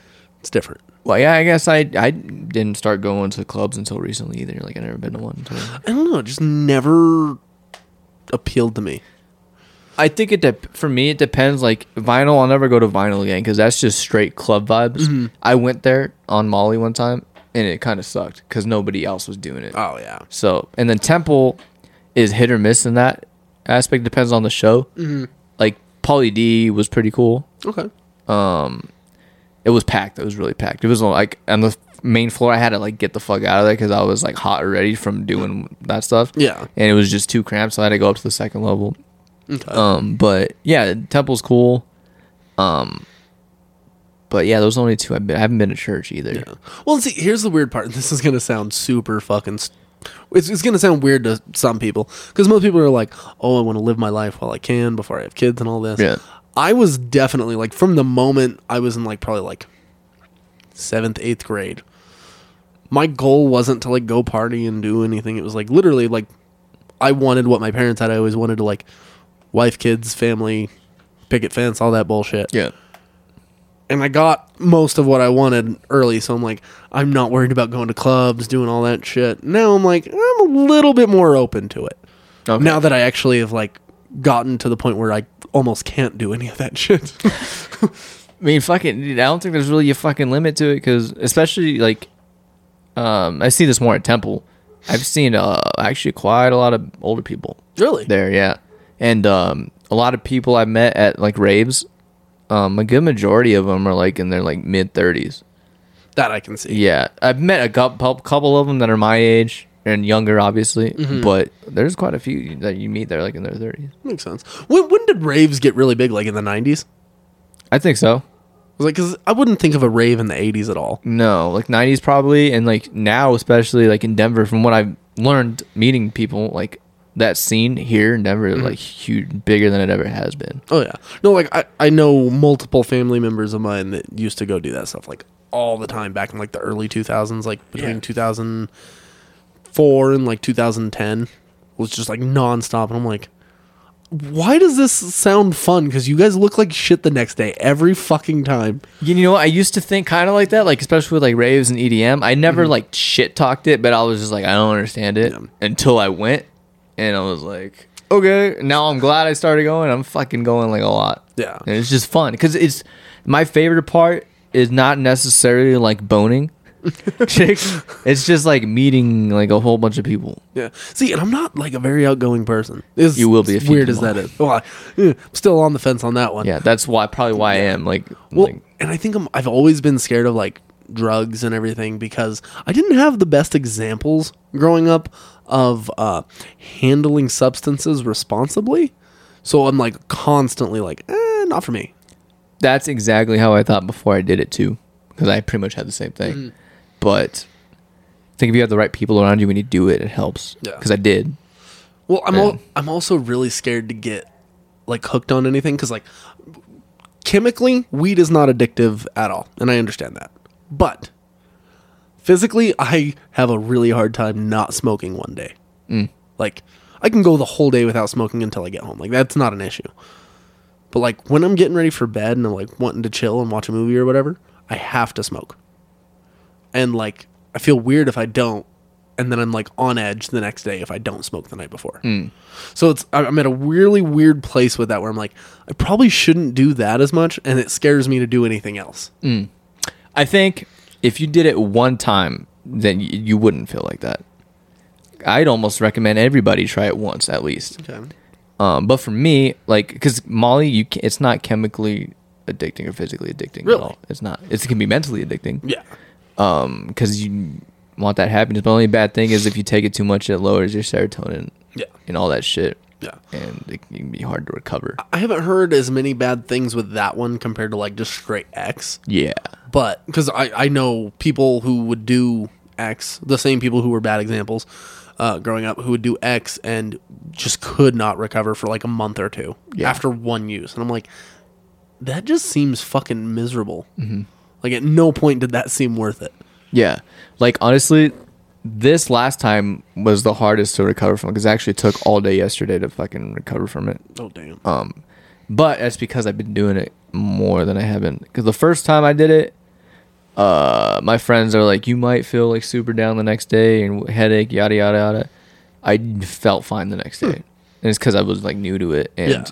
it's different. Well, yeah, I guess I I didn't start going to clubs until recently either. Like I never been to one. Until I don't know. It just never appealed to me. I think it dep for me it depends. Like vinyl, I'll never go to vinyl again because that's just straight club vibes. I went there on Molly one time and it kind of sucked because nobody else was doing it. Oh yeah, So, and then Temple is hit or miss in that aspect. Depends on the show. Mm-hmm. Like Pauly D was pretty cool. okay. It was packed. It was really packed. It was like on the main floor. I had to like get the fuck out of there because I was like hot already from doing that stuff. Yeah. and it was just too cramped, so I had to go up to the second level. Okay. Um, but yeah, Temple's cool. Um, but yeah, those are only two I've been. I haven't been to church either. Well, see, here's the weird part. This is gonna sound super fucking. St- it's, it's gonna sound weird to some people because most people are like, "Oh, I want to live my life while I can before I have kids and all this." Yeah. I was definitely like from the moment I was in like probably like seventh, eighth grade. My goal wasn't to like go party and do anything. It was like literally like I wanted what my parents had. I always wanted to like wife, kids, family, picket fence, all that bullshit yeah. and I got most of what I wanted early. So I'm like, I'm not worried about going to clubs, doing all that shit. Now I'm like, I'm a little bit more open to it. Okay. Now that I actually have like gotten to the point where I almost can't do any of that (laughs) shit. I mean, fucking, dude, I don't think there's really a fucking limit to it because, especially like, um, I see this more at Temple. I've seen uh actually quite a lot of older people really? there, yeah, and um, a lot of people I met at like raves. Um, a good majority of them are like in their like mid thirties. That I can see. Yeah, I've met a cou- pou- couple of them that are my age and younger, obviously, but there's quite a few that you meet that are like in their thirties. Makes sense. When, when did raves get really big? Like in the 90s? I think so. I was like, because I wouldn't think of a rave in the 80s at all. No, like nineties probably, and like now, especially like in Denver. From what I've learned, meeting people like that scene here in Denver, like huge, bigger than it ever has been. Oh, yeah. No, like I, I know multiple family members of mine that used to go do that stuff like all the time back in like the early 2000s, like between 2004 and like 2010 was just like nonstop. And I'm like, why does this sound fun? Because you guys look like shit the next day every fucking time. You know, I used to think kind of like that, like especially with like raves and EDM. I Mm-hmm. never like shit talked it, but I was just like, I don't understand it until I went, and I was like, okay, now I'm glad I started going. I'm fucking going like a lot. Yeah. and it's just fun because it's my favorite part is not necessarily like boning (laughs) chicks. It's just like meeting like a whole bunch of people. Yeah. See, and I'm not like a very outgoing person. It's, You will be as if you weird do as that more. is. Well, I, eh, I'm still on the fence on that one. Yeah, that's why probably why I am like. Well, like- and I think I'm, I've always been scared of like drugs and everything because I didn't have the best examples growing up of uh, handling substances responsibly. So I'm like constantly like, eh, not for me. that's exactly how I thought before I did it too, because I pretty much had the same thing. Mm. But I think if you have the right people around you when you do it, it helps. Yeah. Because I did. Well, I'm Yeah. al- I'm also really scared to get like hooked on anything because like chemically, weed is not addictive at all, and I understand that. But physically, I have a really hard time not smoking one day. Like I can go the whole day without smoking until I get home. Like that's not an issue. But like when I'm getting ready for bed and I'm like wanting to chill and watch a movie or whatever, I have to smoke. And like I feel weird if I don't, and then I'm like on edge the next day if I don't smoke the night before. So it's I- I'm at a really weird place with that where I'm like I probably shouldn't do that as much, and it scares me to do anything else. I think if you did it one time, then y- you wouldn't feel like that. I'd almost recommend everybody try it once at least. Okay. Um, but for me, like, because Molly, you can, it's not chemically addicting or physically addicting Really? at all. It's not. It's, it can be mentally addicting. Yeah. because you want that happiness. But the only bad thing is if you take it too much, it lowers your serotonin Yeah. and all that shit, Yeah. and it can be hard to recover. I haven't heard as many bad things with that one compared to like just straight X. Yeah, but because I, I know people who would do X, the same people who were bad examples uh, growing up, who would do X and just could not recover for like a month or two Yeah. after one use. And I'm like, that just seems fucking miserable. Like, at no point did that seem worth it. yeah. Like honestly, this last time was the hardest to recover from because I actually took all day yesterday to fucking recover from it. Oh, damn. But that's because I've been doing it more than I have been. Because the first time I did it, uh, my friends are like, "You might feel like super down the next day and headache, yada yada yada." I felt fine the next day, and it's because I was like new to it. And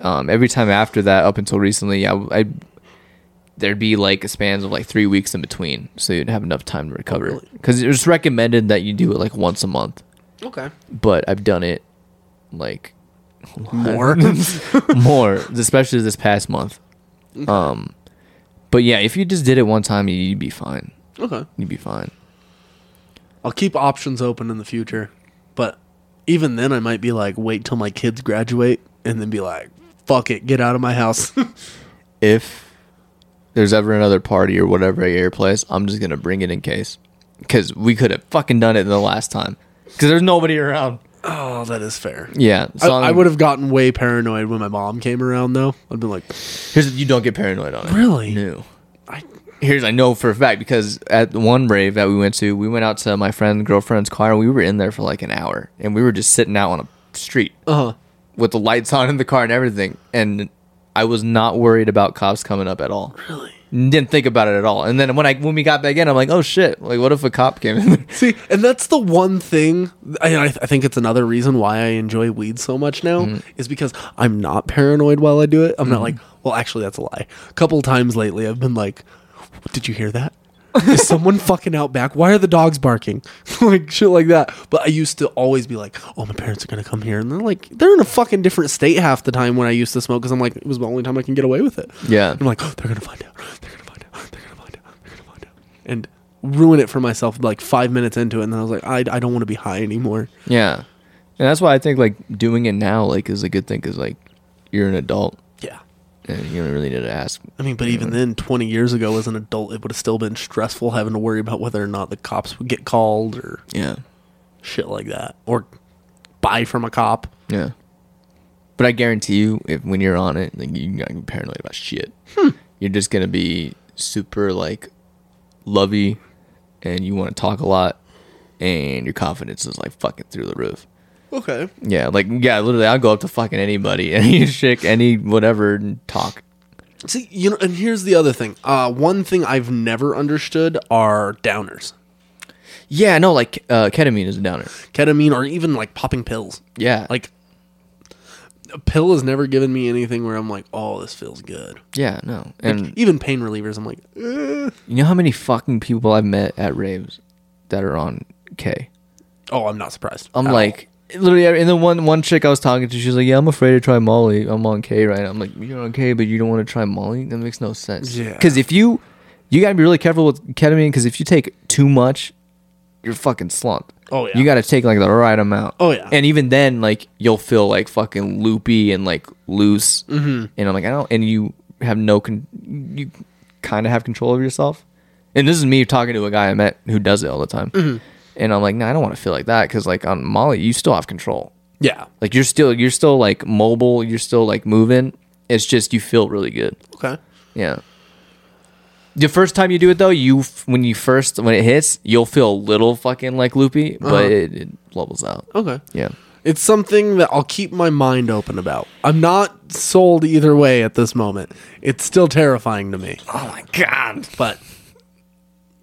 um, every time after that, up until recently, I, I there'd be like spans of like three weeks in between, so you'd have enough time to recover. really? Because it was recommended that you do it like once a month, okay. but I've done it like More. more, especially this past month. Um, but yeah, if you just did it one time, you'd be fine. okay. You'd be fine. I'll keep options open in the future, but even then, I might be like, wait till my kids graduate and then be like, fuck it, get out of my house. (laughs) If there's ever another party or whatever at your place, I'm just gonna bring it in case, because we could have fucking done it the last time, because there's nobody around. oh, that is fair. Yeah, I, so I would have gotten way paranoid when my mom came around, though. I'd been like, Here's you don't get paranoid on it. Really? No. I- Here's I know for a fact because at the one rave that we went to, we went out to my friend girlfriend's car and we were in there for like an hour and we were just sitting out on a street. uh huh. with the lights on in the car and everything. And I was not worried about cops coming up at all. Really? Didn't think about it at all. And then when I when we got back in, I'm like, oh shit! Like, what if a cop came (laughs) in? See, and that's the one thing. I, I, I think it's another reason why I enjoy weed so much now is because I'm not paranoid while I do it. I'm not like, well, actually, that's a lie. A couple times lately, I've been like, did you hear that? Is someone fucking out back? Why are the dogs barking? (laughs) like shit like that. But I used to always be like, oh, my parents are gonna come here, and they're like, they're in a fucking different state half the time when I used to smoke because I'm like, it was the only time I can get away with it. Yeah. I'm like, oh, they're gonna find out. They're gonna find out. They're gonna find out. They're gonna find out. And ruin it for myself like five minutes into it, and then I was like, I, I don't want to be high anymore. yeah, and that's why I think like doing it now like is a good thing because like you're an adult Yeah. and you don't really need to ask. I mean, but even then, 20 years ago as an adult, it would have still been stressful having to worry about whether or not the cops would get called or Yeah, shit like that, or buy from a cop. yeah. But I guarantee you, if when you're on it, like you're not gonna be paranoid about shit. You're just gonna be super like lovey, and you want to talk a lot, and your confidence is like fucking through the roof. Okay. Yeah, like yeah, literally, I'll go up to fucking anybody, (laughs) any chick, any whatever, and talk. See, you know, and here's the other thing. Uh, one thing I've never understood are downers, Yeah, no, like uh, ketamine is a downer. ketamine, or even like popping pills. Yeah, Like, a pill has never given me anything where I'm like, oh, this feels good. yeah, no, and Even pain relievers, I'm like, eh. you know how many fucking people I've met at raves that are on K. oh, I'm not surprised. I'm At like. Literally, and then one one chick I was talking to, she's like, "Yeah, I'm afraid to try Molly. I'm on K right now." I'm like, "You're on K, but you don't want to try Molly? That makes no sense." Yeah. Because if you, you gotta be really careful with ketamine. Because if you take too much, you're fucking slumped. Oh, yeah. You gotta take like the right amount. Oh, yeah. And even then, like you'll feel like fucking loopy and like loose. Mm-hmm. And I'm like, I don't. And you have no con. You kind of have control of yourself. And this is me talking to a guy I met who does it all the time. Mm-hmm. And I'm like, no, I don't want to feel like that because like on Molly, you still have control. all. yeah. Like you're still you're still like mobile. You're still like moving. It's just you feel really good. Okay. Yeah. The first time you do it though, you f- when you first when it hits, you'll feel a little fucking like loopy, but it, it levels out. Okay. Yeah. It's something that I'll keep my mind open about. I'm not sold either way at this moment. It's still terrifying to me. Oh my god. But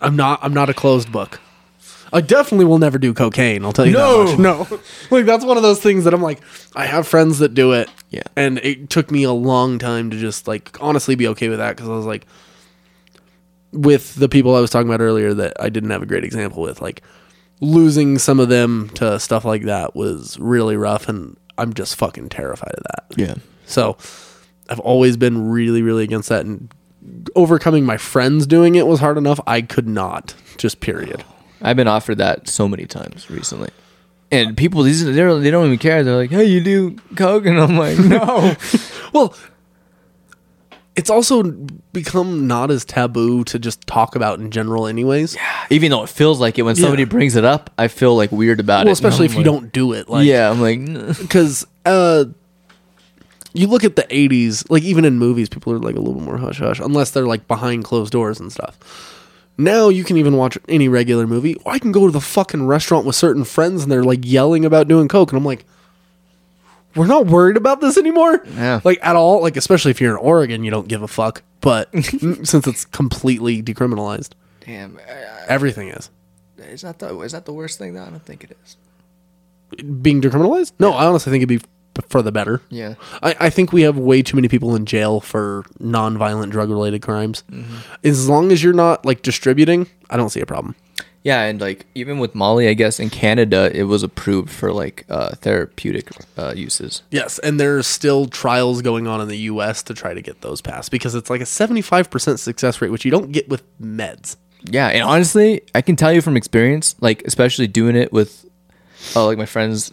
I'm not I'm not a closed book. I definitely will never do cocaine, I'll tell (laughs) you No. that much. No. like that's one of those things that I'm like I have friends that do it. Yeah. And it took me a long time to just like honestly be okay with that cuz I was like with the people I was talking about earlier that I didn't have a great example with like losing some of them to stuff like that was really rough and I'm just fucking terrified of that. Yeah. So I've always been really, really against that. And overcoming my friends doing it was hard enough. I could not, just period. I've been offered that so many times recently. And people, these they don't they don't even care. They're like, "Hey, you do coke," and I'm like, (laughs) "No." Well, it's also become not as taboo to just talk about in general, anyways. even though it feels like it when somebody Yeah. brings it up, I feel like weird about it. Well, especially if I'm you like- don't do it. Like, yeah, I'm like, (laughs) "N- because uh, you look at the '80s, like even in movies, people are like a little more hush hush, unless they're like behind closed doors and stuff. Now you can even watch any regular movie. I can go to the fucking restaurant with certain friends, and they're like yelling about doing coke, and I'm like, we're not worried about this anymore, Yeah. like at all. Like especially if you're in Oregon, you don't give a fuck. But (laughs) since it's completely decriminalized, damn, I- everything is I- is that the is that the worst thing? though? I don't think it is. being decriminalized. No, I honestly think it'd be f- for the better. Yeah, I, I think we have way too many people in jail for nonviolent drug related crimes. As long as you're not like distributing, I don't see a problem. yeah, and like even with Molly, I guess in Canada it was approved for like uh, therapeutic uh, uses. Yes, and there's still trials going on in the US to try to get those passed because it's like a 75% success rate, which you don't get with meds. Yeah, and honestly, I can tell you from experience, like especially doing it with, uh, like my friends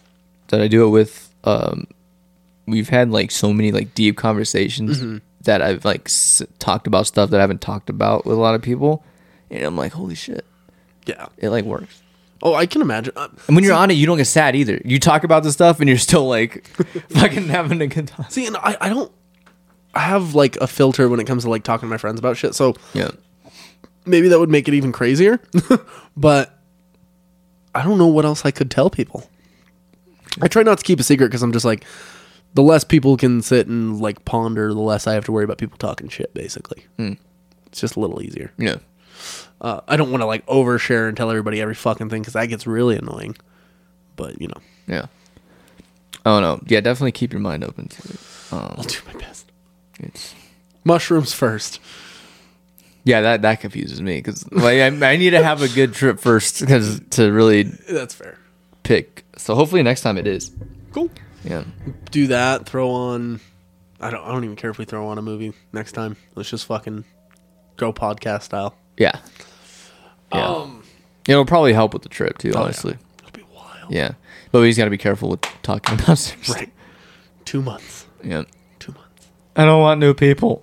that I do it with, um, we've had like so many like deep conversations that I've like s- talked about stuff that I haven't talked about with a lot of people, and I'm like, holy shit, Yeah. it like works. Oh, I can imagine. Uh, And when you're on it, you don't get sad either. You talk about the stuff, and you're still like, (laughs) fucking having a good time. see, and I, I don't I have like a filter when it comes to like talking to my friends about shit. So Yeah, maybe that would make it even crazier. (laughs) but I don't know what else I could tell people. I try not to keep a secret because I'm just like, the less people can sit and like ponder, the less I have to worry about people talking shit. Basically, it's just a little easier. yeah, Uh, I don't want to like overshare and tell everybody every fucking thing because that gets really annoying. But you know, yeah. I don't know. Yeah, definitely keep your mind open. To it. Um, I'll do my best. It's Mushrooms first. (laughs) Yeah, that that confuses me because like I, I need to have a good trip first because to really That's fair. pick. So hopefully next time it is. Cool. Yeah, Do that. Throw on. I don't. I don't even care if we throw on a movie next time. Let's just fucking go podcast style. yeah, yeah. It'll probably help with the trip too, honestly. It'll be wild. yeah. but we just got to be careful with talking about (laughs) stuff. Right. Two months. Yeah, Two months. I don't want new people.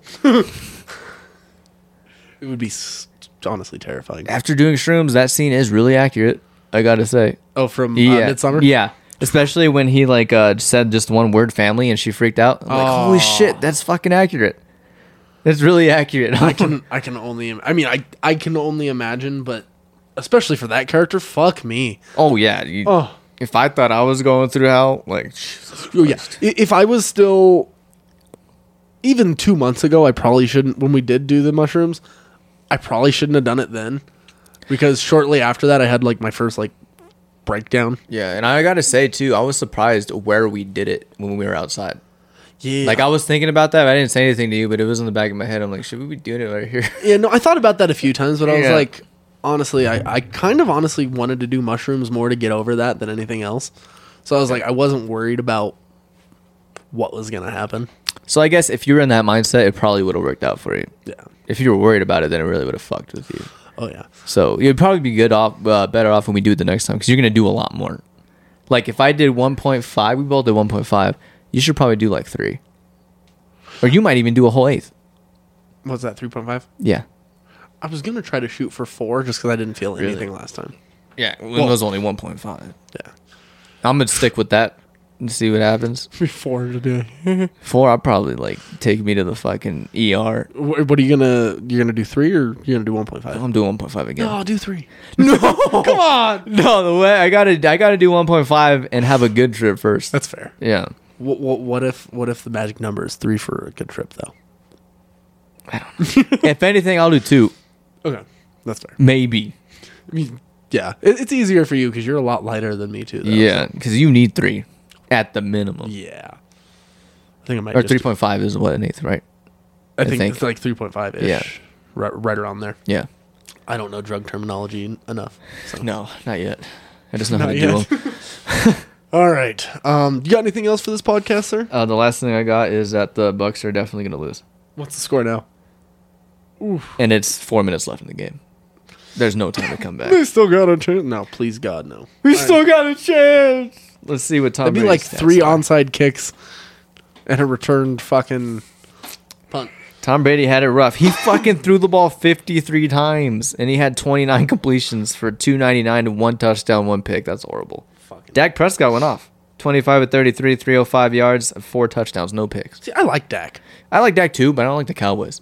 It would be s- honestly terrifying. After doing shrooms, that scene is really accurate. I gotta say. Oh, from uh, Yeah, Midsummer? Yeah. Especially when he like uh, said just one word "family" and she freaked out. I'm like, holy shit, that's fucking accurate. That's really accurate. (laughs) I can, I can only, im- I mean, I, I can only imagine, but especially for that character, fuck me. Oh yeah. you- Oh. If I thought I was going through hell, like Oh, yeah. I- If I was still, even two months ago, I probably shouldn't, when we did do the mushrooms, I probably shouldn't have done it then. Because shortly after that, I had like my first like breakdown. yeah. And I gotta say too, I was surprised where we did it when we were outside. Yeah. Like I was thinking about that. But I didn't say anything to you, but it was in the back of my head. I'm like, should we be doing it right here? (laughs) Yeah, no, I thought about that a few times, but I was Yeah. like, honestly, I, I kind of honestly wanted to do mushrooms more to get over that than anything else. So I was like, I wasn't worried about what was going to happen. so I guess if you were in that mindset, it probably would have worked out for you. Yeah. If you were worried about it, then it really would have fucked with you. Oh, yeah. So you'd probably be good off, uh, better off when we do it the next time because you're gonna do a lot more. Like if I did 1.5, we both did 1.5. You should probably do like three, or you might even do a whole eighth. What's that, 3.5? Yeah. I was going to try to shoot for four just because I didn't feel Really? anything last time. Yeah, well, it was only 1.5. Yeah. I'm gonna stick with that and see what happens. Before (laughs) today. Four, I'll probably like take me to the fucking ER. what what are you going to, you're going to do three or you're going to do 1.5? I'm doing 1.5 again. No, I'll do three. come on. (laughs) No, the way I gotta, I gotta do 1.5 and have a good trip first. That's fair. yeah. What, what, what if, what if the magic number is three for a good trip though? if anything, I'll do two, Okay. That's fair. maybe. I mean, yeah, it, it's easier for you because you're a lot lighter than me too. Though, Yeah, because you need three at the minimum. Yeah. I think I might. Or just- three point five is what an eighth, right? I think, think. it's like three point five ish. Yeah. Right, right around there. Yeah. I don't know drug terminology en- enough. So. No, not yet. I just know how Not to yet. do them. All right. Um, you got anything else for this podcast, sir? Uh, the last thing I got is that the Bucks are definitely going to lose, What's the score now? and it's four minutes left in the game. There's no time to come back. We still got a chance. No, please God, no. we still got a chance. Let's see what Tom. That'd be Brady's like stats three are. onside kicks and a returned fucking punt. Tom Brady had it rough. He fucking threw the ball 53 times and he had 29 (laughs) completions for 299 to one touchdown, one pick. That's horrible. Dak Prescott went off. 25 at 33, 305 yards, four touchdowns, no picks. See, I like Dak. I like Dak too, but I don't like the Cowboys.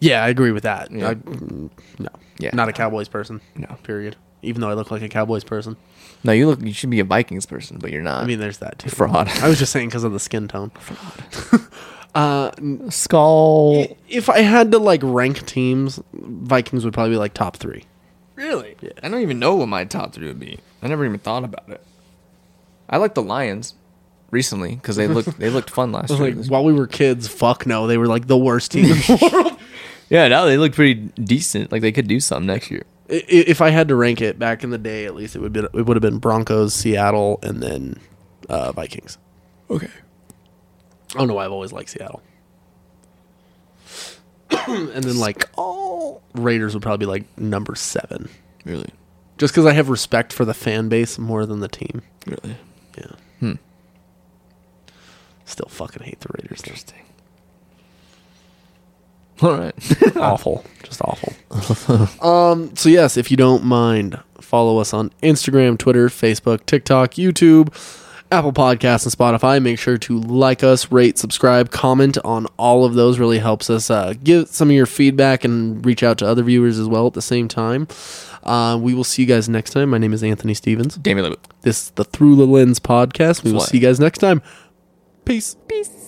Yeah, I agree with that. Yeah. I- mm, no, Yeah. not a Cowboys person. No. period. Even though I look like a Cowboys person, No, you look you should be a Vikings person, but you're not. I mean, there's that too. fraud. I was just saying because of the skin tone. (laughs) Skull. If I had to like rank teams, Vikings would probably be like top three. Really? I don't even know what my top three would be. I never even thought about it. I like the Lions recently because they looked they looked fun (laughs) last year. Like while we were kids, fuck no, they were like the (laughs) worst team. in the world. yeah, now they look pretty decent. Like they could do something next year. I- i- If I had to rank it back in the day, at least it would be it would have been Broncos, Seattle, and then uh, Vikings. Okay. I don't know why I've always liked Seattle. (clears throat) and then like Raiders would probably be like number seven, Really? just because I have respect for the fan base more than the team. Really? Yeah. Still fucking hate the Raiders. They're Interesting. All right. (laughs) awful, (laughs) just awful. um. So yes, if you don't mind, follow us on Instagram, Twitter, Facebook, TikTok, YouTube. Apple Podcasts and Spotify. Make sure to like us, rate, subscribe, comment on all of those. Really helps us uh, give some of your feedback and reach out to other viewers as well at the same time. Uh, we will see you guys next time. My name is Anthony Stevens. Damien Levitt. This is the Through the Lens podcast. We will Fly. see you guys next time. Peace. Peace.